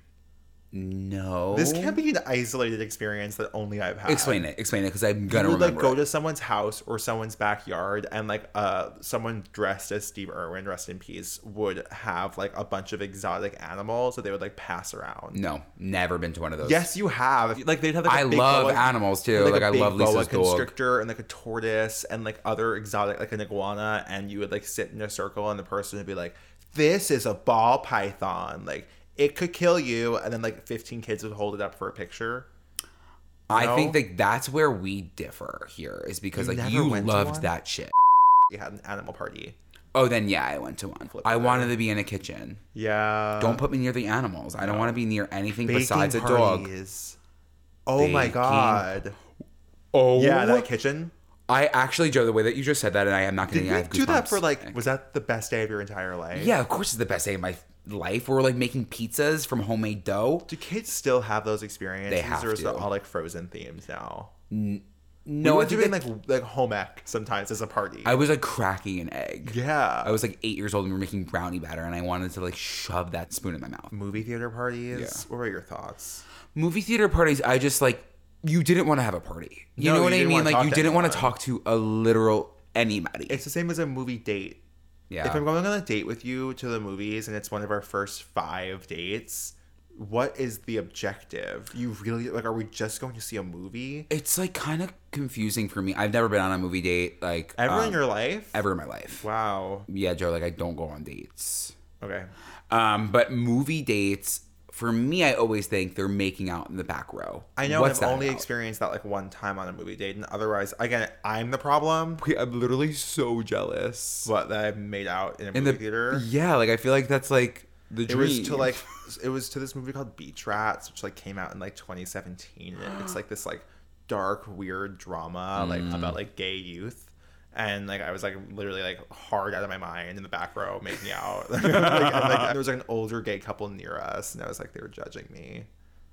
S1: no.
S2: This can't be an isolated experience that only I've had.
S1: Oh. Explain it. Explain it, because I'm
S2: You
S1: gonna
S2: would like
S1: remember.
S2: go
S1: it.
S2: to someone's house or someone's backyard, and like uh, someone dressed as Steve Irwin, rest in peace, would have like a bunch of exotic animals that they would like pass around.
S1: No, never been to one of those.
S2: Yes, you have. Like they'd have. Like, a
S1: I
S2: big
S1: love
S2: boa-
S1: animals, too.
S2: a
S1: Like, I
S2: big
S1: love
S2: boa
S1: Lisa's dog.
S2: constrictor and like a tortoise and like other exotic, like an iguana, and you would like sit in a circle, and the person would be like, "This is a ball python. Like it could kill you." And then like fifteen kids would hold it up for a picture.
S1: I
S2: No.
S1: think that that's where we differ here, is because
S2: You
S1: like
S2: never
S1: you
S2: went to
S1: loved
S2: one?
S1: that shit.
S2: You had an animal party.
S1: Oh, then yeah, I went to one.
S2: Flip
S1: I
S2: it.
S1: wanted to be in a kitchen.
S2: Yeah.
S1: Don't put me near the animals. I don't want to be near anything
S2: Baking
S1: besides a dog.
S2: parties. Oh my
S1: Baking-
S2: god.
S1: Oh,
S2: Yeah, that kitchen.
S1: I actually, Joe, the way that you just said that, and I am not
S2: Did
S1: going
S2: you
S1: to
S2: do that for like? Was that the best day of your entire life?
S1: Yeah, of course, it's the best day of my life. We're like making pizzas from homemade dough.
S2: Do kids still have those experiences?
S1: They have
S2: or is it
S1: to.
S2: all like frozen themes now?
S1: No,
S2: we
S1: I
S2: were
S1: think
S2: doing
S1: that-
S2: like like home ec sometimes as a party.
S1: I was like cracking an egg.
S2: yeah,
S1: I was like eight years old and we were making brownie batter, and I wanted to like shove that spoon in my mouth.
S2: movie theater parties. What were your thoughts?
S1: Movie theater parties, I just like you didn't want to have a party. You
S2: No,
S1: know
S2: you
S1: what I
S2: didn't
S1: mean?
S2: wanna
S1: Like
S2: talk
S1: you
S2: to
S1: didn't want to
S2: anyone.
S1: talk to a literal anybody.
S2: It's the same as a movie date.
S1: yeah.
S2: If I'm going on a date with you to the movies and it's one of our first five dates, what is the objective? You really like? Are we just going to see a movie?
S1: it's like kind of confusing for me. I've never been on a movie date like
S2: Ever in
S1: um,
S2: your life?
S1: ever in my life.
S2: Wow.
S1: Yeah, Joe, like I don't go on dates.
S2: Okay.
S1: Um, but movie dates for me, I always think they're making out in the back row.
S2: I know
S1: What's
S2: I've
S1: that
S2: only
S1: about?
S2: experienced that like one time on a movie date, and otherwise, again, I'm the problem.
S1: We- I'm literally so jealous.
S2: What that I made out in a
S1: In
S2: movie
S1: the
S2: theater.
S1: yeah, like I feel like that's like the
S2: It
S1: dream.
S2: was to like [LAUGHS] it was to this movie called Beach Rats, which like came out in like 2017. And it's like this like dark, weird drama like
S1: Mm.
S2: about like gay youth. And like I was like literally like hard out of my mind in the back row making out. [LAUGHS] like, and, like, there was like an older gay couple near us, and I was like they were judging me.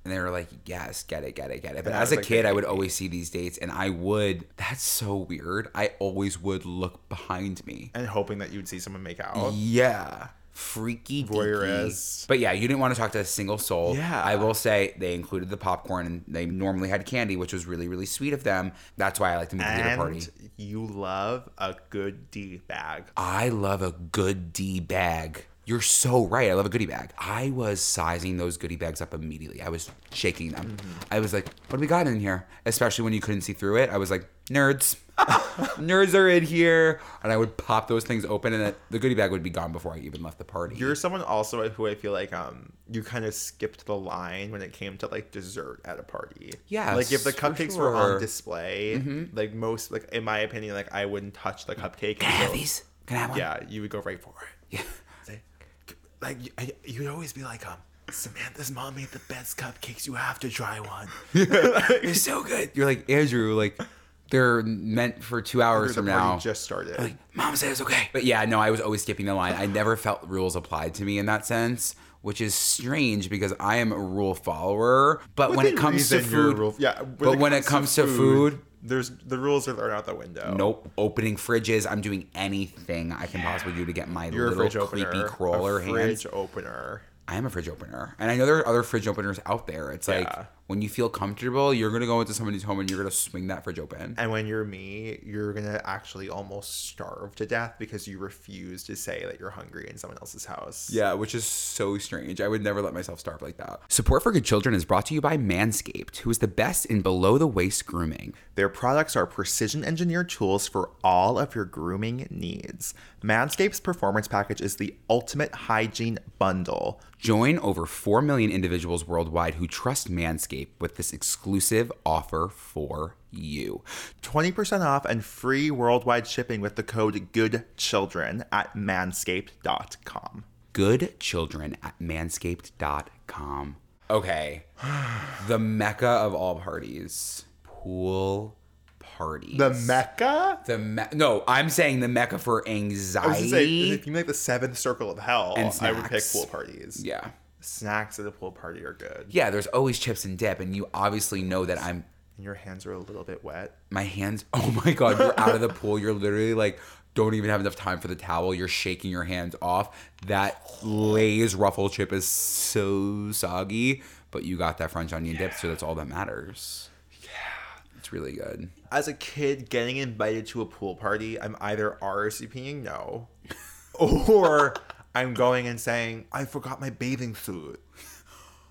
S1: and they were like, "Yes, get it, get it, get it." But
S2: I
S1: as
S2: was
S1: a
S2: like,
S1: kid, I would
S2: "Maybe."
S1: always see these dates, and I would. That's so weird. I always would look behind me.
S2: And hoping that you'd see someone make out.
S1: Yeah. Freaky deaky.
S2: Voyeurist.
S1: But yeah, you didn't want to talk to a single soul.
S2: Yeah.
S1: I will say they included the popcorn and they normally had candy, which was really, really sweet of them. That's why I like the movie theater party.
S2: And you love a good D bag.
S1: I love a good D bag. You're so right. I love a goodie bag. I was sizing those goodie bags up immediately. I was shaking them. I was like, what do we got in here? Especially when you couldn't see through it. I was like, nerds. [LAUGHS] nerds are in here. And I would pop those things open and it, the goodie bag would be gone before I even left the party.
S2: You're someone also who I feel like um you kind of skipped the line when it came to like dessert at a party.
S1: Yes,
S2: Like if the
S1: for
S2: cupcakes were on
S1: sure. Mm-hmm.
S2: display, like most like in my opinion, like I wouldn't touch the cupcake.
S1: Can I have
S2: until-
S1: these? Can I have one?
S2: Yeah, you would go right for it.
S1: Yeah.
S2: Say, Like you- I- you'd always be like um. Samantha's mom made the best cupcakes. You have to try one.
S1: [LAUGHS] They're so good. You're like, Andrew, like, they're meant for two hours
S2: the
S1: from
S2: party
S1: now.
S2: just started.
S1: like, mom said it's okay. But yeah, no, I was always skipping the line. I never felt rules applied to me in that sense, which is strange because I am a rule follower. But when
S2: Within
S1: it comes to
S2: reason, you're a
S1: food,
S2: rule- yeah.
S1: but when it comes to food,
S2: there's the rules are thrown out the window.
S1: nope, opening fridges, I'm doing anything I can possibly do to get my
S2: You're a fridge
S1: little
S2: opener.
S1: creepy crawler
S2: a
S1: hands.
S2: fridge opener.
S1: I am a fridge opener. And I know there are other fridge openers out there. It's like
S2: Yeah.
S1: when you feel comfortable, you're going to go into somebody's home and you're going to swing that fridge open.
S2: And when you're me, you're gonna actually almost starve to death because you refuse to say that you're hungry in someone else's house.
S1: Yeah, which is so strange. I would never let myself starve like that. Support for Good Children is brought to you by Manscaped, who is the best in below the waist grooming.
S2: Their products are precision engineered tools for all of your grooming needs. Manscaped's performance package is the ultimate hygiene bundle.
S1: Join over 4 million individuals worldwide who trust Manscaped with this exclusive offer for you.
S2: 20% off and free worldwide shipping with the code GOODCHILDREN at manscaped.com.
S1: Good Children at manscaped.com. Okay. [SIGHS] The mecca of all parties. Pool parties.
S2: Mecca?
S1: The me- no, I'm saying the mecca for
S2: I was
S1: anxiety.
S2: gonna say, if you make the seventh circle of hell,
S1: And
S2: I would pick
S1: snacks.
S2: pool parties.
S1: yeah.
S2: Snacks at a pool party are good.
S1: yeah, there's always chips and dip, and you obviously know that I'm
S2: and your hands are a little bit wet.
S1: my hands. [LAUGHS] Oh my god, you're out of the pool. You're literally like don't even have enough time for the towel. You're shaking your hands off. That Lay's ruffle chip is so soggy, but you got that French onion dip, so that's all that matters. Yeah, it's really good.
S2: As a kid, getting invited to a pool party, I'm either RSVPing
S1: [LAUGHS]
S2: no, or I'm going and saying I forgot my bathing suit.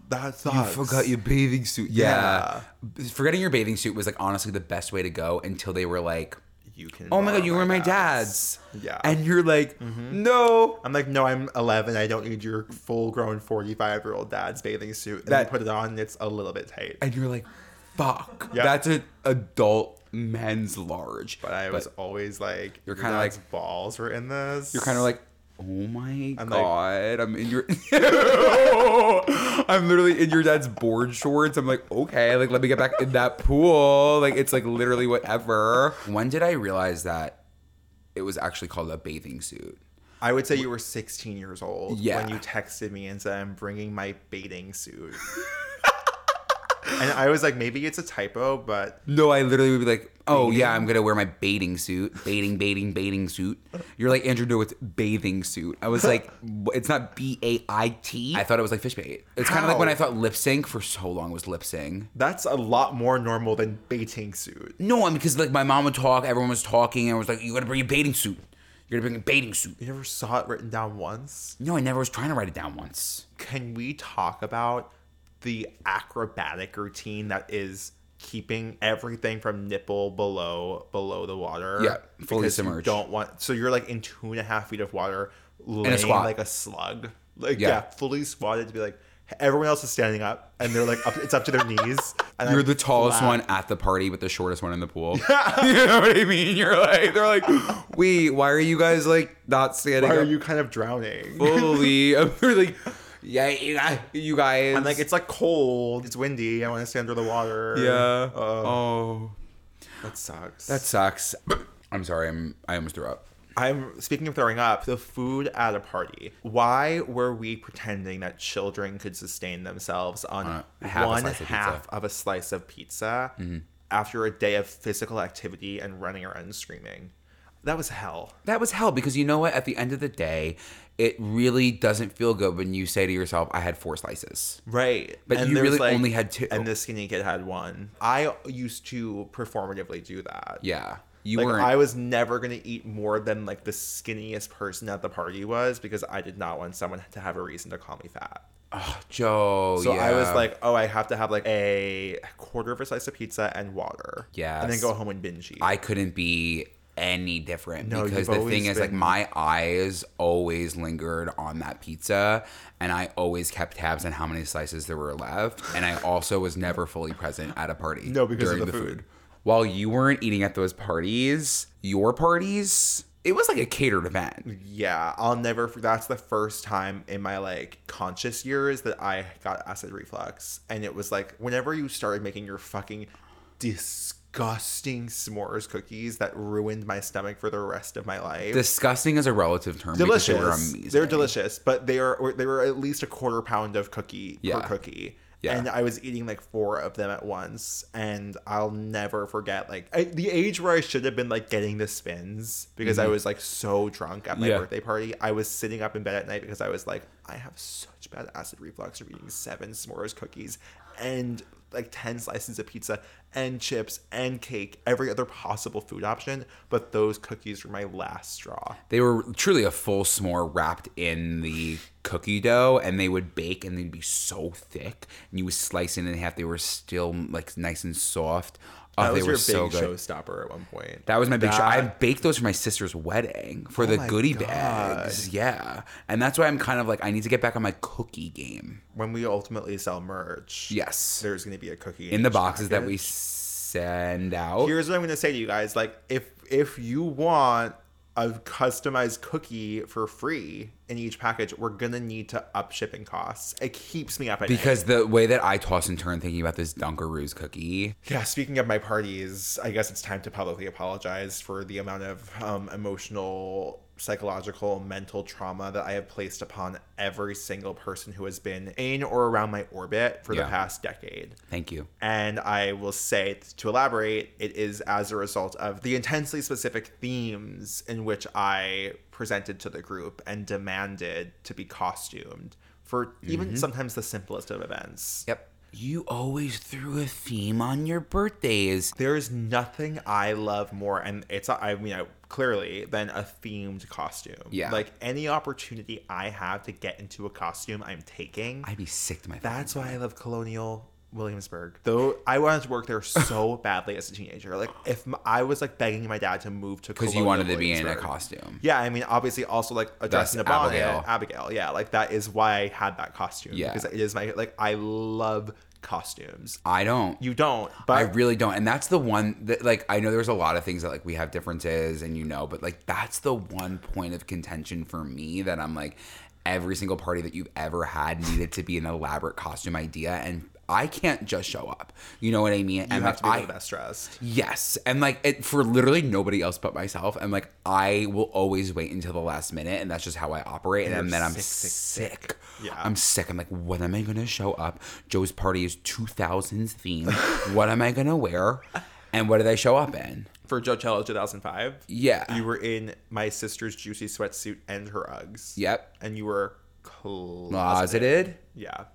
S2: That sucks.
S1: your bathing suit. Yeah.
S2: Yeah.
S1: forgetting your bathing suit was like honestly the best way to go until they were like,
S2: You can.
S1: "Oh my
S2: borrow
S1: god, you were my
S2: dad's.
S1: dad's."
S2: Yeah. Mm-hmm.
S1: and you're like, "No,
S2: I'm like, no, I'm 11. I don't need your full-grown 45-year-old dad's bathing suit. And
S1: That-
S2: you put it on, and it's a little bit tight.
S1: and you're like, fuck,
S2: Yeah.
S1: that's an adult men's large.
S2: but I was always like, your
S1: You're kinda
S2: dad's
S1: like-
S2: balls were in this.
S1: you're kind of like, oh my
S2: I'm like-
S1: god, I'm in your, [LAUGHS] I'm literally in your dad's board shorts. I'm like, okay, like let me get back in that pool. Like it's like literally whatever. When did I realize that it was actually called a bathing suit?
S2: I would say you were 16 years old
S1: Yeah.
S2: when you texted me and said, I'm bringing my bathing suit. and I was like, maybe it's a typo, but
S1: No, I literally would be like, oh yeah, I'm gonna wear my bathing suit, bathing, bathing, bathing suit. You're like Andrew, no, it's bathing suit. I was [LAUGHS] like, "Wh- it's not B A I T. I thought it was like fish bait. It's kind of like when
S2: How?
S1: I thought lip sync for so long was lip sync.
S2: that's a lot more normal than bathing suit.
S1: No, I'm because like my mom would talk, everyone was talking, and I was like, you gotta bring a bathing suit. You're gonna bring a bathing suit.
S2: You never saw it written down once.
S1: No, I never was trying to write it down once.
S2: Can we talk about the acrobatic routine that is keeping everything from nipple below below the water?
S1: Yeah, fully
S2: because you
S1: submerged.
S2: Don't want so you're like in two and a half feet of water, laying
S1: squat.
S2: like a slug. Like
S1: Yeah.
S2: yeah. fully squatted to be like, Everyone else is standing up, and they're like, up, it's up to their
S1: [LAUGHS]
S2: knees. And
S1: You're
S2: I'm
S1: the tallest
S2: flat.
S1: one at the party, but the shortest one in the [LAUGHS] pool. you know what I mean? You're like, they're like, wait, why are you guys like not standing
S2: Why are
S1: up
S2: you kind of drowning?
S1: [LAUGHS] fully? they're like, yeah, you guys, you guys.
S2: And like, it's like cold, it's windy. I want to stay under the water.
S1: yeah.
S2: Oh,
S1: oh,
S2: that sucks.
S1: that sucks. [CLEARS THROAT] I'm sorry. I'm I almost threw up.
S2: I'm speaking of throwing up, the food at a party. Why were we pretending that children could sustain themselves on
S1: Uh, half a
S2: one
S1: slice of
S2: half
S1: pizza. Mm-hmm.
S2: of a slice of pizza after a day of physical activity and running around screaming? That was hell.
S1: That was hell because you know what? At the end of the day, it really doesn't feel good when you say to yourself, "I had four slices."
S2: Right.
S1: But you
S2: there was,
S1: really only had two.
S2: And the skinny kid had one. I used to performatively do that.
S1: Yeah, you
S2: like
S1: weren't.
S2: I was never gonna eat more than like the skinniest person at the party was because I did not want someone to have a reason to call me fat.
S1: oh, Joe.
S2: So I was
S1: yeah.
S2: like, oh, I have to have like a quarter of a slice of pizza and water. And then
S1: Yes.
S2: go home and binge eat.
S1: I couldn't be any different
S2: No, you've
S1: because the thing
S2: always
S1: is like
S2: been-
S1: my eyes always lingered on that pizza and I always kept tabs on how many slices there were left and I also was never fully present at a party.
S2: No, because of the food.
S1: While you weren't eating at those parties, your parties, it was like a catered event.
S2: yeah, I'll never. f- That's the first time in my like conscious years that I got acid reflux, and it was like whenever you started making your fucking disgusting s'mores cookies that ruined my stomach for the rest of my life.
S1: Disgusting is a relative term. because
S2: delicious.
S1: They were
S2: They
S1: amazing.
S2: are delicious, but they are or they were at least a quarter pound of cookie
S1: Yeah.
S2: per cookie.
S1: Yeah.
S2: And I was eating like four of them at once, and I'll never forget like I, the age where I should have been like getting the spins because I was like so drunk at my
S1: Mm-hmm. Yeah.
S2: birthday party. I was sitting up in bed at night because I was like, I have such bad acid reflux from eating seven s'mores cookies and like ten slices of pizza and chips and cake, every other possible food option, but those cookies were my last straw.
S1: They were truly a full s'more wrapped in the cookie dough, and they would bake and they'd be so thick, and you would slice it in half. They were still like nice and soft. Oh,
S2: That
S1: they
S2: was
S1: were
S2: your
S1: so
S2: big
S1: good.
S2: showstopper at one point.
S1: That was my big show. I
S2: That- Oh
S1: baked those for my sister's wedding for the
S2: my
S1: goodie
S2: God.
S1: bags. Yeah, and that's why I'm kind of like I need to get back on my cookie game.
S2: when we ultimately sell merch,
S1: Yes,
S2: there's going to be a cookie
S1: in the
S2: each
S1: boxes that we
S2: package.
S1: send out.
S2: Here's what I'm going to say to you guys: like, if if you want a customized cookie for free in each package, we're going to need to up shipping costs. It keeps me up at night.
S1: because the way that I toss and turn thinking about this Dunkaroos cookie,
S2: yeah. Speaking of my parties, I guess it's time to publicly apologize for the amount of um, emotional. Psychological, mental trauma that I have placed upon every single person who has been in or around my orbit for
S1: Yeah.
S2: the past decade.
S1: thank you.
S2: And I will say, to elaborate, it is as a result of the intensely specific themes in which I presented to the group and demanded to be costumed for even sometimes the simplest of events.
S1: Mm-hmm. Yep. You always threw a theme on your birthdays.
S2: There is nothing I love more, and it's, I mean, I, clearly, than a themed costume.
S1: Yeah.
S2: Like any opportunity I have to get into a costume, I'm taking.
S1: I'd be sick to my fucking
S2: That's why I love Colonial Williamsburg. Though I wanted to work there [LAUGHS] so badly as a teenager. Like if m I I was like begging my dad to move to
S1: because you
S2: Colonial
S1: wanted to be in a
S2: Williamsburg.
S1: costume.
S2: Yeah, I mean, obviously, also like a dress
S1: That's
S2: and a bonnet,
S1: Abigail.
S2: Abigail. yeah, like that is why I had that costume.
S1: Yeah.
S2: because it is my like I love costumes.
S1: I don't.
S2: You don't,
S1: I
S2: but
S1: really don't. And that's the one that like I know there's a lot of things that like we have differences and you know, but like that's the one point of contention for me that I'm like every single party that you've ever had needed to be an elaborate costume idea and I can't just show up. You know what I mean?
S2: you
S1: and
S2: have to
S1: like,
S2: be
S1: I,
S2: the best dressed.
S1: Yes, and like it, for literally nobody else but myself, and like I will always wait until the last minute, and that's just how I operate. And,
S2: And you're
S1: then I'm sick,
S2: sick, sick, Yeah.
S1: I'm sick. I'm like, when am I gonna show up? Joe's party is 2000s theme. what am I gonna wear? And what did I show up in?
S2: For Coachella 2005,
S1: Yeah,
S2: you were in my sister's juicy sweatsuit and her Uggs.
S1: yep,
S2: and you were closeted.
S1: closeted.
S2: Yeah,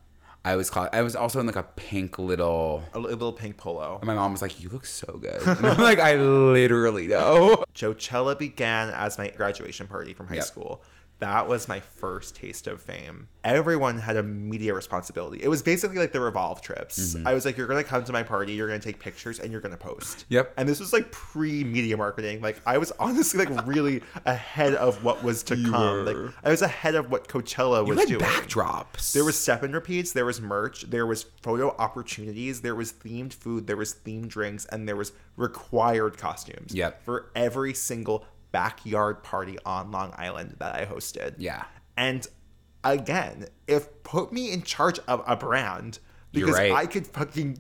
S1: I was closet. I was also in like a pink little.
S2: a little pink polo.
S1: And my mom was like, "You look so good." [LAUGHS] And I'm like, I literally know.
S2: Coachella began as my graduation party from high
S1: Yep.
S2: school. that was my first taste of fame. Everyone had a media responsibility. It was basically like the Revolve trips.
S1: Mm-hmm.
S2: I was like, you're going to come to my party, you're going to take pictures, and you're going to post.
S1: Yep.
S2: And this was like pre media marketing. Like, I was honestly like really ahead of what was to
S1: You
S2: come. Like,
S1: were.
S2: I was ahead of what Coachella
S1: You
S2: was
S1: had
S2: doing.
S1: backdrops.
S2: There was step and repeats, there was merch, there was photo opportunities, there was themed food, there was themed drinks, and there was required costumes.
S1: Yep.
S2: For every single backyard party on Long Island that I hosted.
S1: yeah.
S2: And again, if put me in charge of a brand
S1: You're
S2: because
S1: right.
S2: I could fucking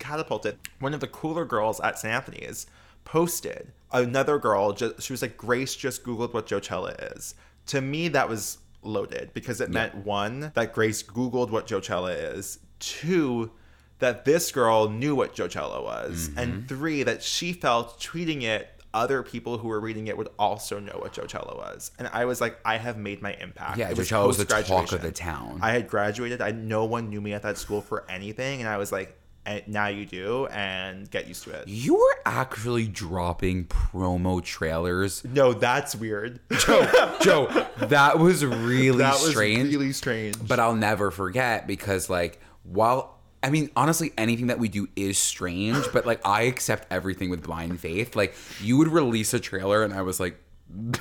S2: catapult it. One of the cooler girls at St. Anthony's posted another girl. Just, she was like, "Grace just googled what Joachella is." To me, that was loaded because it meant one that Grace googled what Joachella is. Two. That this girl knew what Joachella was,
S1: Mm-hmm.
S2: and three, that she felt tweeting it, other people who were reading it would also know what Joachella was. And I was like, I have made my impact.
S1: Yeah,
S2: It
S1: Joachella was the talk of
S2: post-graduation.
S1: the town.
S2: I had graduated. I no one knew me at that school for anything, and I was like, and now you do, and get used to it.
S1: You were actually dropping promo trailers.
S2: No, that's
S1: [LAUGHS]
S2: weird.
S1: Joe, Joe, that was
S2: [LAUGHS]
S1: really
S2: that was
S1: strange.
S2: really strange.
S1: but I'll never forget because like while I mean honestly anything that we do is strange, but like I accept everything with blind faith. Like you would release a trailer and I was like [LAUGHS]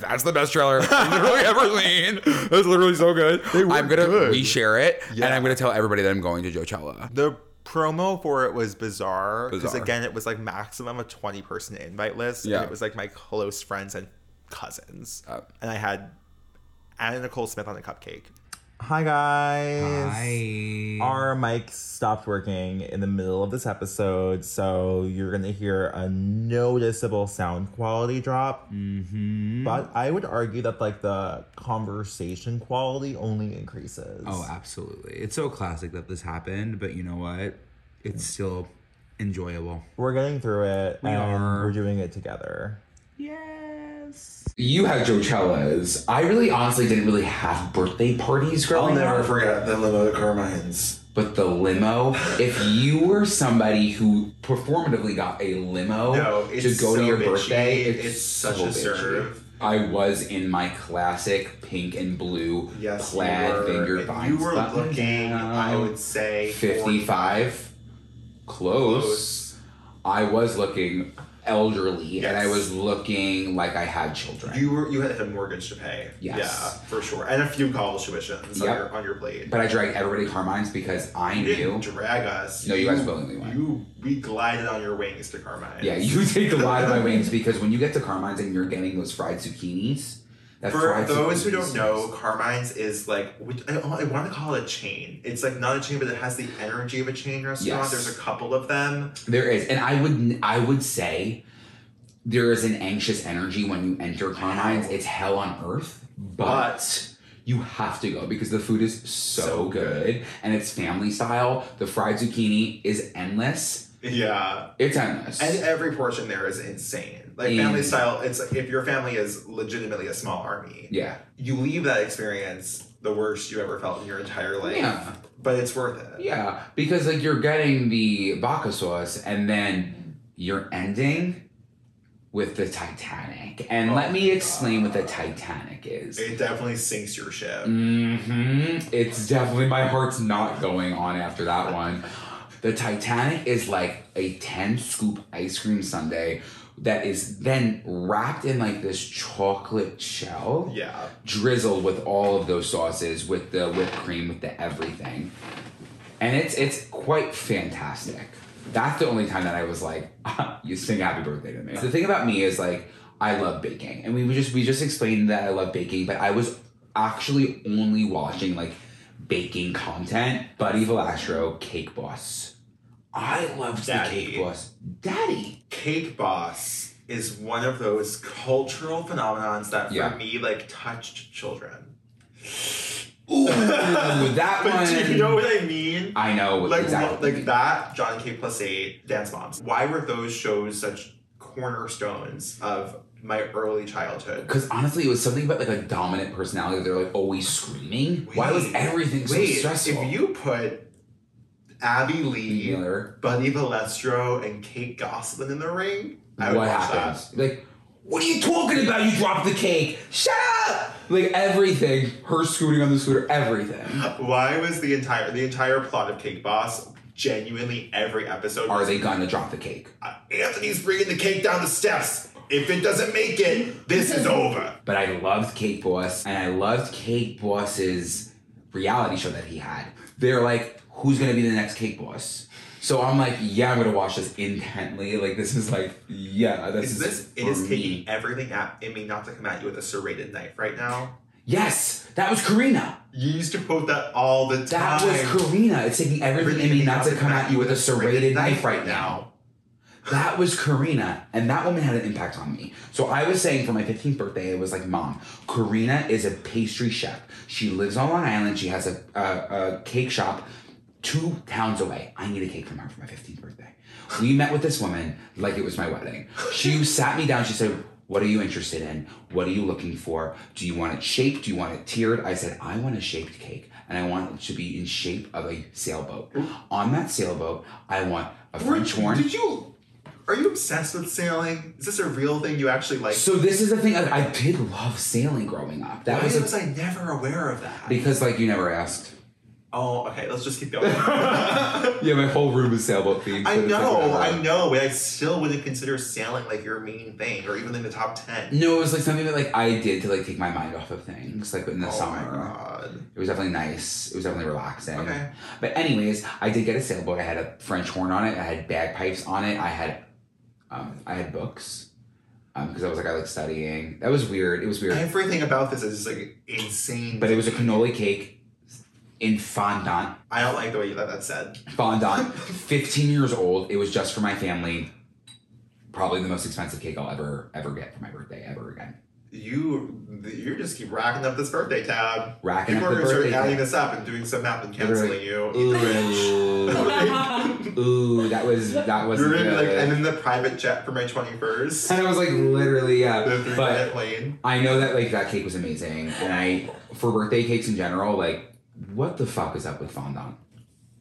S1: that's the best trailer [LAUGHS] I've literally ever seen. That's literally so good.
S2: were
S1: I'm gonna
S2: good.
S1: reshare it
S2: Yeah.
S1: and I'm gonna tell everybody that I'm going to Joachella.
S2: the promo for it was bizarre because
S1: Bizarre.
S2: again, it was like maximum a twenty person invite list,
S1: Yeah.
S2: and it was like my close friends and cousins,
S1: Oh.
S2: and I had Anna Nicole Smith on a cupcake. Hi guys. Our mic stopped working in the middle of this episode, so you're gonna hear a noticeable sound quality drop.
S1: Mm-hmm.
S2: But I would argue that like the conversation quality only increases.
S1: Oh, absolutely. It's so classic that this happened, but you know what? It's still enjoyable.
S2: we're getting through it. We and
S1: are.
S2: We're doing it together.
S1: Yes. You had Joachellas. I really honestly didn't really have birthday parties
S4: I'll
S1: growing
S4: never
S1: up.
S4: forget the limo to Carmine's.
S1: But the limo, if you were somebody who performatively got a limo
S4: No,
S1: to
S4: it's
S1: go
S4: so
S1: to your
S4: bitchy.
S1: birthday,
S4: It's such
S1: so
S4: a
S1: bitchy.
S4: serve.
S1: I was in my classic pink and blue
S4: Yes,
S1: plaid
S4: you were,
S1: finger
S4: if
S1: binds.
S4: you were
S1: button
S4: looking, I
S1: down.
S4: would say
S1: 55 close.
S4: Close.
S1: I was looking elderly and I
S4: Yes.
S1: was looking like I had children.
S4: You were you had a mortgage to pay.
S1: Yes.
S4: Yeah, for sure, and a few college tuitions
S1: Yep.
S4: on, your, on your plate.
S1: but I dragged everybody to Carmine's because I
S4: you
S1: knew.
S4: didn't drag us.
S1: No, you guys willingly went.
S4: You we glided on your wings to Carmine.
S1: Yeah,
S4: [LAUGHS]
S1: you take a lot of my wings because when you get to Carmine's and you're getting those fried zucchinis, that
S4: For
S1: fried
S4: those who
S1: zucchini
S4: don't
S1: sauce-
S4: know, Carmine's is like we- I, I want to call it a chain. It's like not a chain, but it has the energy of a chain restaurant.
S1: Yes.
S4: There's a couple of them.
S1: there is, and I would I would say there is an anxious energy when you enter Carmine's. It's hell on earth, but. You have to go because the food is so,
S4: So good.
S1: good and it's family style. The fried zucchini is endless.
S4: Yeah,
S1: It's endless.
S4: and every portion there is insane. Like
S1: Mm.
S4: family style, it's like if your family is legitimately a small army,
S1: yeah.
S4: you leave that experience the worst you ever felt in your entire life.
S1: Yeah.
S4: But it's worth it.
S1: Yeah, because like you're getting the baka sauce and then you're ending with the Titanic.
S4: Oh
S1: And let me explain what the Titanic is.
S4: It definitely sinks your ship.
S1: Mm. hmm It's definitely my heart's not going on after that one. The Titanic is like a 10 scoop ice cream sundae that is then wrapped in like this chocolate shell
S4: Yeah.
S1: drizzled with all of those sauces, with the whipped cream, with the everything, and it's it's quite fantastic. That's the only time that I was like, [LAUGHS] "You sing happy birthday to me." The thing about me is like, I love baking, and we were just we just explained that I love baking, but I was actually only watching like baking content. Buddy Velastro, Cake Boss. I loved
S4: Daddy.
S1: the Cake Boss, Daddy. [LAUGHS]
S4: Cake Boss is one of those cultural phenomenons that for
S1: Yeah.
S4: me like touched children. [LAUGHS]
S1: Ooh, that
S4: But do
S1: one.
S4: you know what I mean?
S1: I know
S4: Like
S1: exactly.
S4: what- like that, John K plus eight, Dance Moms. Why were those shows such cornerstones of my early childhood?
S1: Because honestly, it was something about like a dominant personality. They're like always screaming. Why was
S4: Wait,
S1: everything so
S4: Wait,
S1: stressful?
S4: if you put Abby Lee,
S1: Miller,
S4: Bunny Valestro, and Kate Gosselin in the ring, I would
S1: what
S4: watch
S1: happens? Like, what are you talking about? You dropped the cake. Shut up. Like everything, her scooting on the scooter, everything.
S4: Why was the entire the entire plot of Cake Boss genuinely every episode?
S1: Are
S4: was,
S1: they gonna drop the cake?
S4: "Uh, Anthony's bringing the cake down the steps. If it doesn't make it, this is over.
S1: But I loved Cake Boss, and I loved Cake Boss's reality show that he had. They're like, who's gonna be the next Cake Boss? So I'm like, yeah, I'm gonna watch this intently. Like this is like, yeah, this
S4: Is
S1: is
S4: this? It
S1: for me.
S4: is taking everything at I mean, not to come at you with a serrated knife right now.
S1: Yes, that was Karina.
S4: You used to quote that all the time.
S1: That was Karina. It's taking everything in me not to come at you with a serrated knife right now. That was Karina, and that woman had an impact on me. So I was saying for my 15th birthday, it was like, Mom, Karina is a pastry chef. She lives on Long Island. She has a, a, a cake shop two towns away. I need a cake from her for my 15th birthday. We met with this woman like it was my wedding.
S4: [LAUGHS]
S1: She sat me down. She said, what are you interested in? What are you looking for? Do you want it shaped? Do you want it tiered? I said, I want a shaped cake and I want it to be in shape of a sailboat. On that sailboat, I want a French horn.
S4: Did you? Are you obsessed with sailing? Is this a real thing you actually like?
S1: So this is the thing. Like, I did love sailing growing up. That
S4: Why
S1: was
S4: was,
S1: a,
S4: I never aware of that?
S1: because like you never asked.
S4: oh, okay. Let's just keep
S1: [LAUGHS]
S4: going. [LAUGHS]
S1: Yeah, my whole room is sailboat themed.
S4: I know, I know, but I still wouldn't consider sailing like your main thing, or even in the top ten.
S1: No, it was like something that like I did to like take my mind off of things, like in the
S4: oh
S1: summer.
S4: my god.
S1: It was definitely nice. It was definitely relaxing.
S4: Okay.
S1: But anyways, I did get a sailboat. I had a French horn on it. I had bagpipes on it. I had, um, I had books, um, because I was like I like studying. That was weird. It was weird.
S4: Everything about this is just like insane.
S1: but it was a cannoli cake in fondant.
S4: I don't like the way you let that said.
S1: fondant 15 years old it was just for my family probably the most expensive cake i'll ever ever get for my birthday ever again
S4: You you just keep racking up this birthday tab.
S1: racking
S4: People
S1: up
S4: are
S1: the
S4: gonna start
S1: birthday
S4: adding
S1: cake.
S4: this up and doing some math and canceling
S1: Literally.
S4: you.
S1: Ooh, ooh, that was that was
S4: You're gonna be like, and
S1: good.
S4: then the private jet for my twenty
S1: [LAUGHS]
S4: first.
S1: and I was like, literally,
S4: The
S1: yeah.
S4: three minute
S1: But
S4: plane.
S1: I know that like that cake was amazing, and I for birthday cakes in general, like, what the fuck is up with fondant?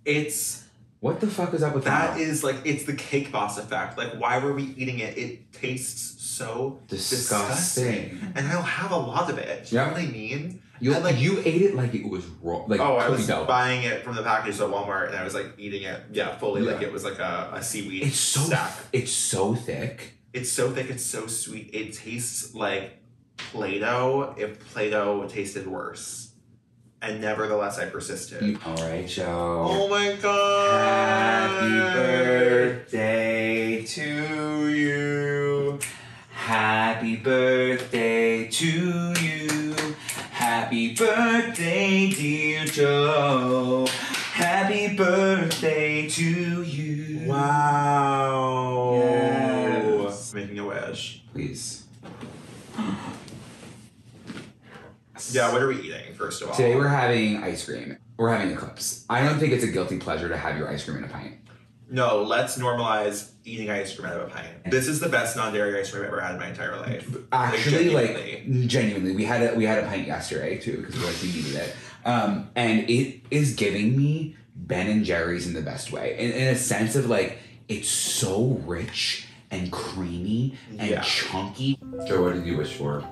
S4: It's
S1: What the fuck is up with
S4: That
S1: fondant?
S4: is like it's the cake boss effect. Like why were we eating it? It tastes so disgusting.
S1: disgusting.
S4: And I'll have a lot of it. Do you
S1: Yeah.
S4: know what I mean?
S1: You
S4: And, like-
S1: you ate it like it was raw, like
S4: Oh, I
S1: cookie
S4: was
S1: dough.
S4: buying it from the package at Walmart and I was like eating it, yeah, fully like
S1: Yeah.
S4: it was like a, a seaweed
S1: It's so
S4: sack.
S1: it's so thick.
S4: It's so thick, it's so sweet. It tastes like Play-Doh if Play-Doh tasted worse. And nevertheless I persisted.
S1: All right, Joe.
S4: Oh my god.
S1: Happy birthday
S4: to you.
S1: Happy birthday to you. Happy birthday, dear Joe. Happy birthday to you.
S4: Wow.
S1: Yes.
S4: Making a wish.
S1: Please.
S4: Yeah, what are we eating, first of all?
S1: Today we're having ice cream. We're having Eclipse. I don't think it's a guilty pleasure to have your ice cream in a pint.
S4: no, let's normalize eating ice cream out of a pint. This is the best non dairy ice cream I've ever had in my entire life.
S1: actually like
S4: genuinely.
S1: genuinely. we had a we had a pint yesterday too because we like we needed it um and it is giving me ben and jerry's in the best way in, in a sense of like it's so rich and creamy and
S4: Yeah.
S1: chunky so what did you wish for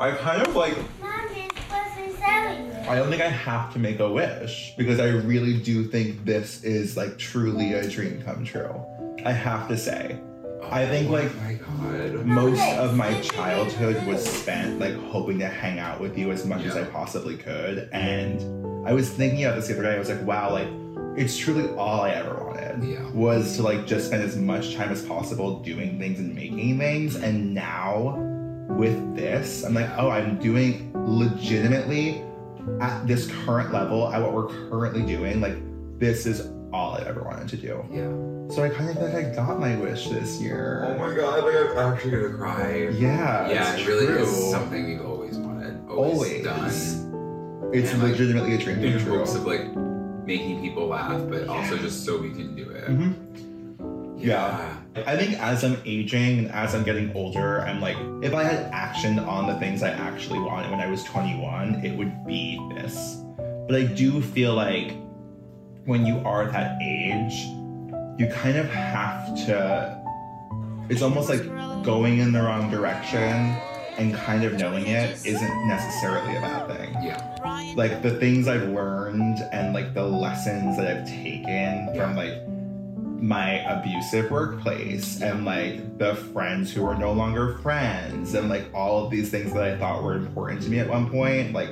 S4: I kind of like,
S5: Mom, it wasn't selling it.
S2: I don't think I have to make a wish because I really do think this is like truly a dream come true. I have to say. I think like
S1: oh my god
S2: most of my childhood was spent like hoping to hang out with you as much as I possibly could. And I was thinking about this the other day. I was like, wow, like it's truly all I ever wanted
S1: Yeah.
S2: was to like just spend as much time as possible doing things and making things. And now with this, I'm like, oh, I'm doing legitimately at this current level, at what we're currently doing. Like, this is all I ever wanted to do.
S1: yeah Oh
S2: So I kind of think I got my wish this year.
S1: my god like i'm actually gonna cry
S2: Yeah.
S1: yeah
S2: it's
S1: it really
S2: true.
S1: is something we've always wanted always,
S2: Always.
S1: done
S2: It's
S1: And, like,
S2: legitimately a dream
S1: in
S2: come true.
S1: hopes of like making people laugh but also
S2: Yeah. Mm-hmm.
S1: just so we can do it
S2: Yeah. I think as I'm aging and as I'm getting older, I'm like, if I had action on the things I actually wanted when I was 21, it would be this. But I do feel like when you are that age, you kind of have to. It's almost like going in the wrong direction and kind of knowing it isn't necessarily a bad thing.
S1: Yeah.
S2: like the things I've learned and like the lessons that I've taken from like my abusive workplace and like the friends who are no longer friends and like all of these things that I thought were important to me at one point like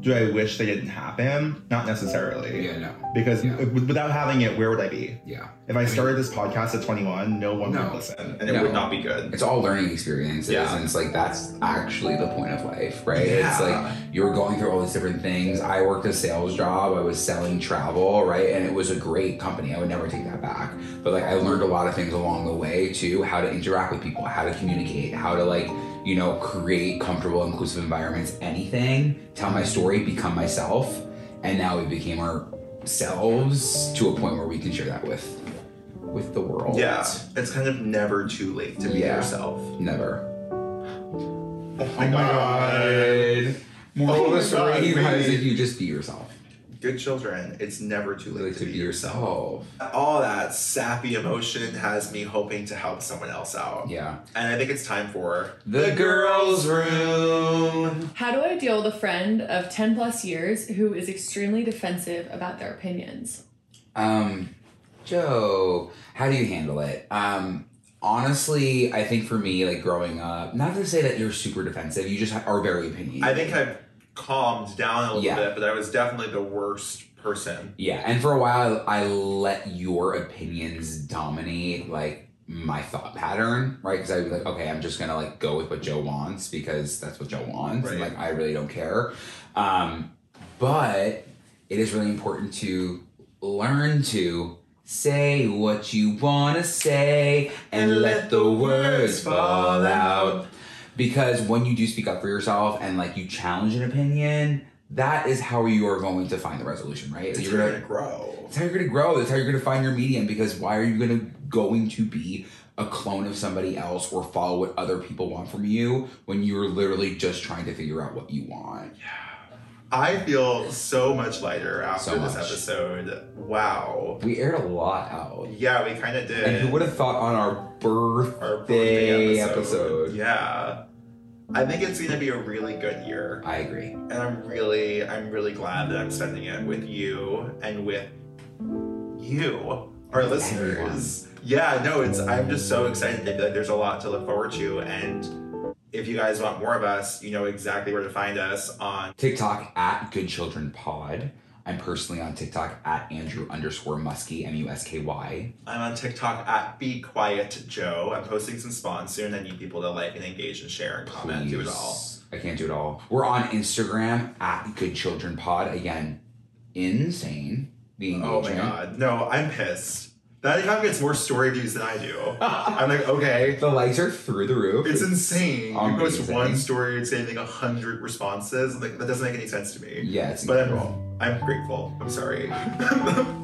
S2: do I wish they didn't happen? Not necessarily.
S1: Yeah, no.
S2: Because
S1: Yeah.
S2: w- without having it, where would I be?
S1: Yeah.
S2: If I started this podcast at 21, no one
S1: No.
S2: would listen and it
S1: No.
S2: would not be good.
S1: It's all learning experiences.
S2: Yeah.
S1: And it's like, that's actually the point of life, right? It's
S2: Yeah.
S1: like you're going through all these different things. I worked a sales job, I was selling travel, right? And it was a great company. I would never take that back. But like, I learned a lot of things along the way too how to interact with people, how to communicate, how to like, you know, create comfortable, inclusive environments, anything, tell my story, become myself. And now we became ourselves to a point where we can share that with with the world.
S2: Yeah. It's kind of never too late to be
S1: Yeah.
S2: yourself.
S1: Never.
S2: Oh my god.
S1: Moral
S2: Oh
S1: of
S2: my
S1: the story
S2: God,
S1: guys,
S2: really?
S1: if you just be yourself.
S2: Good children, it's never too late
S1: Like
S2: to, be yourself. All that sappy emotion has me hoping to help someone else out.
S1: Yeah.
S2: And I think it's time for
S1: The girls' room.
S6: How do I deal with a friend of 10 plus years who is extremely defensive about their opinions?
S1: Um, Joe, how do you handle it? Um, honestly, I think for me, like growing up, not to say that you're super defensive, you just are very opinionated.
S2: I think I've calmed down a little
S1: Yeah.
S2: bit, but I was definitely the worst person.
S1: Yeah, and for a while I let your opinions dominate like my thought pattern, right? Because I'd be like, okay, I'm just gonna like go with what Joe wants because that's what Joe wants, and
S2: Right.
S1: like I really don't care. Um, but it is really important to learn to say what you wanna say and, let, the words fall out. Because when you do speak up for yourself and like you challenge an opinion, that is how you are going to find the resolution, right?
S2: It's
S1: You're gonna-
S2: gonna grow.
S1: that's how you're gonna grow. That's how you're gonna find your medium. Because why are you gonna going to be a clone of somebody else or follow what other people want from you when you're literally just trying to figure out what you want?
S2: I feel so much lighter after
S1: So
S2: this
S1: much.
S2: episode. Wow.
S1: We aired a lot out,
S2: Yeah, we kind of did.
S1: and who would have thought on our birthday,
S2: Our birthday
S1: episode?
S2: episode. Yeah. I think it's gonna be a really good year.
S1: I agree.
S2: and I'm really, I'm really glad that I'm spending it with you and with you, our listeners. Yeah, no, it's. I'm just so excited that like, there's a lot to look forward to, and if you guys want more of us, you know exactly where to find us on.
S1: TikTok at Good Children Pod. I'm personally on TikTok at Andrew underscore Muskie M U S K Y.
S2: I'm on TikTok at Be Quiet Joe. I'm posting some spawns soon. I need people to like and engage and share and comment, do it all.
S1: Please. I can't do it all. We're on Instagram at Good Children Pod. Again, insane. The
S2: Oh my
S1: engagement.
S2: god, no, I'm pissed. That account gets more story views than I do. I'm like, okay.
S1: The likes are through the roof.
S2: It's insane. You post
S1: amazing.
S2: one story, it's getting like a hundred responses. Like that doesn't make any sense to me.
S1: Yeah, it's
S2: but I'm
S1: incredible.
S2: I'm grateful. I'm sorry. [LAUGHS]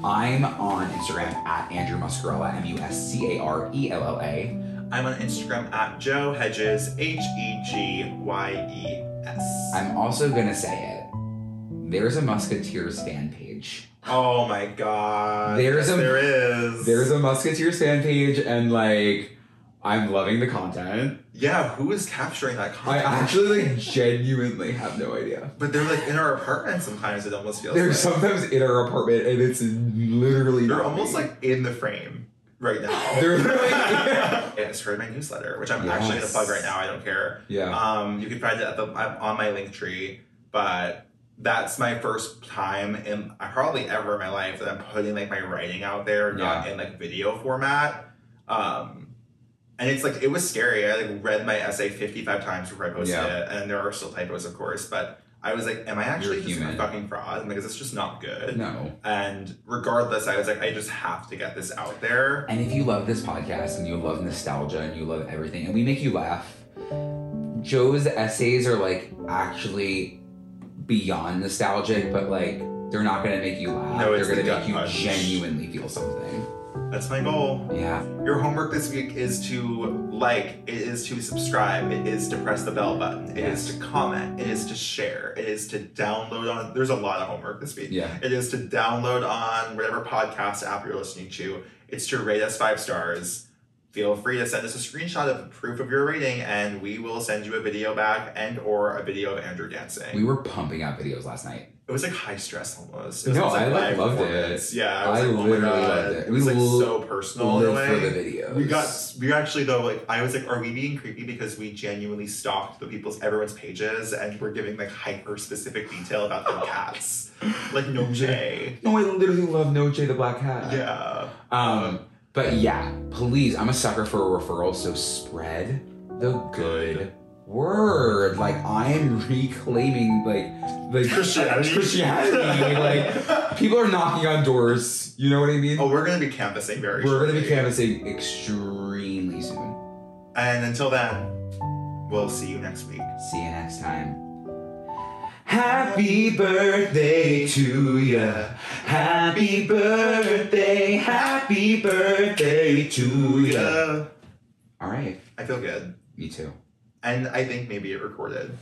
S1: I'm on Instagram at Andrew Muscarella, M U S C A R E L L A.
S2: I'm on Instagram at Joe Hedges H E G Y E S.
S1: I'm also gonna say it. There's a Musketeers fan page.
S2: Oh my god.
S1: There's
S2: yes,
S1: a-
S2: there is
S1: There's a Musketeers fan page, and like, I'm loving the content.
S2: yeah. Who is capturing that
S1: I
S2: content?
S1: actually like genuinely have no idea.
S2: But they're like in our apartment sometimes. It almost feels.
S1: They're
S2: like.
S1: sometimes in our apartment, and it's literally
S2: They're
S1: not
S2: almost
S1: me.
S2: like in the frame right now.
S1: They're like-
S2: [LAUGHS] I started my newsletter, which I'm actually gonna
S1: Yes.
S2: plug right now. I don't care.
S1: yeah.
S2: Um, you can find it at the, I'm on my link tree, but that's my first time in uh, probably ever in my life that I'm putting like my writing out there, not in like video format. Um, and it's like it was scary. I like read my essay 55 times before I posted
S1: Yeah.
S2: it, and there are still typos, of course. But I was like, "Am I actually
S1: You're
S2: just a
S1: human.
S2: fucking fraud? I'm like, is this just not good?"
S1: no.
S2: And regardless, I was like, "I just have to get this out there."
S1: And if you love this podcast and you love nostalgia and you love everything, and we make you laugh, Joe's essays are like actually beyond nostalgic, but like they're not gonna make you laugh.
S2: No, it's
S1: they're
S2: the
S1: gonna
S2: gut
S1: make you
S2: punch.
S1: genuinely feel something.
S2: That's my goal.
S1: Yeah.
S2: Your homework this week is to like, it is to subscribe, it is to press the bell button, it is to comment, it is to share, it is to download on. There's a lot of homework this week.
S1: Yeah.
S2: It is to download on whatever podcast app you're listening to, it's to rate us five stars. feel free to send us a screenshot of proof of your rating and we will send you a video back and or a video of Andrew dancing.
S1: We were pumping out videos last night.
S2: it was like high stress almost. It was
S1: No,
S2: almost
S1: I, like,
S2: live
S1: loved it.
S2: performance. Yeah, I was
S1: I
S2: like, oh my
S1: literally
S2: god,
S1: loved it.
S2: it was
S1: We
S2: like
S1: li-
S2: so personal in a way.
S1: Live for the videos.
S2: We got we actually though like I was like, are we being creepy because we genuinely stalked the people's everyone's pages and we're giving like hyper specific detail about
S1: [LAUGHS]
S2: their cats, like no J.
S1: No, I literally love No Jay the Black Cat.
S2: Yeah,
S1: Um, but yeah, please, I'm a sucker for a referral, so spread the good word. Like I am reclaiming like like
S2: Christianity.
S1: Christianity. like people are knocking on doors. You know what I mean?
S2: Oh, we're gonna be canvassing very.
S1: We're gonna be
S2: shortly.
S1: canvassing extremely soon.
S2: And until then, we'll see you next week.
S1: See you next time. Happy birthday to ya. Happy birthday. Happy birthday to ya.
S2: Yeah,
S1: All right.
S2: I feel good,
S1: Me too.
S2: and I think maybe it recorded.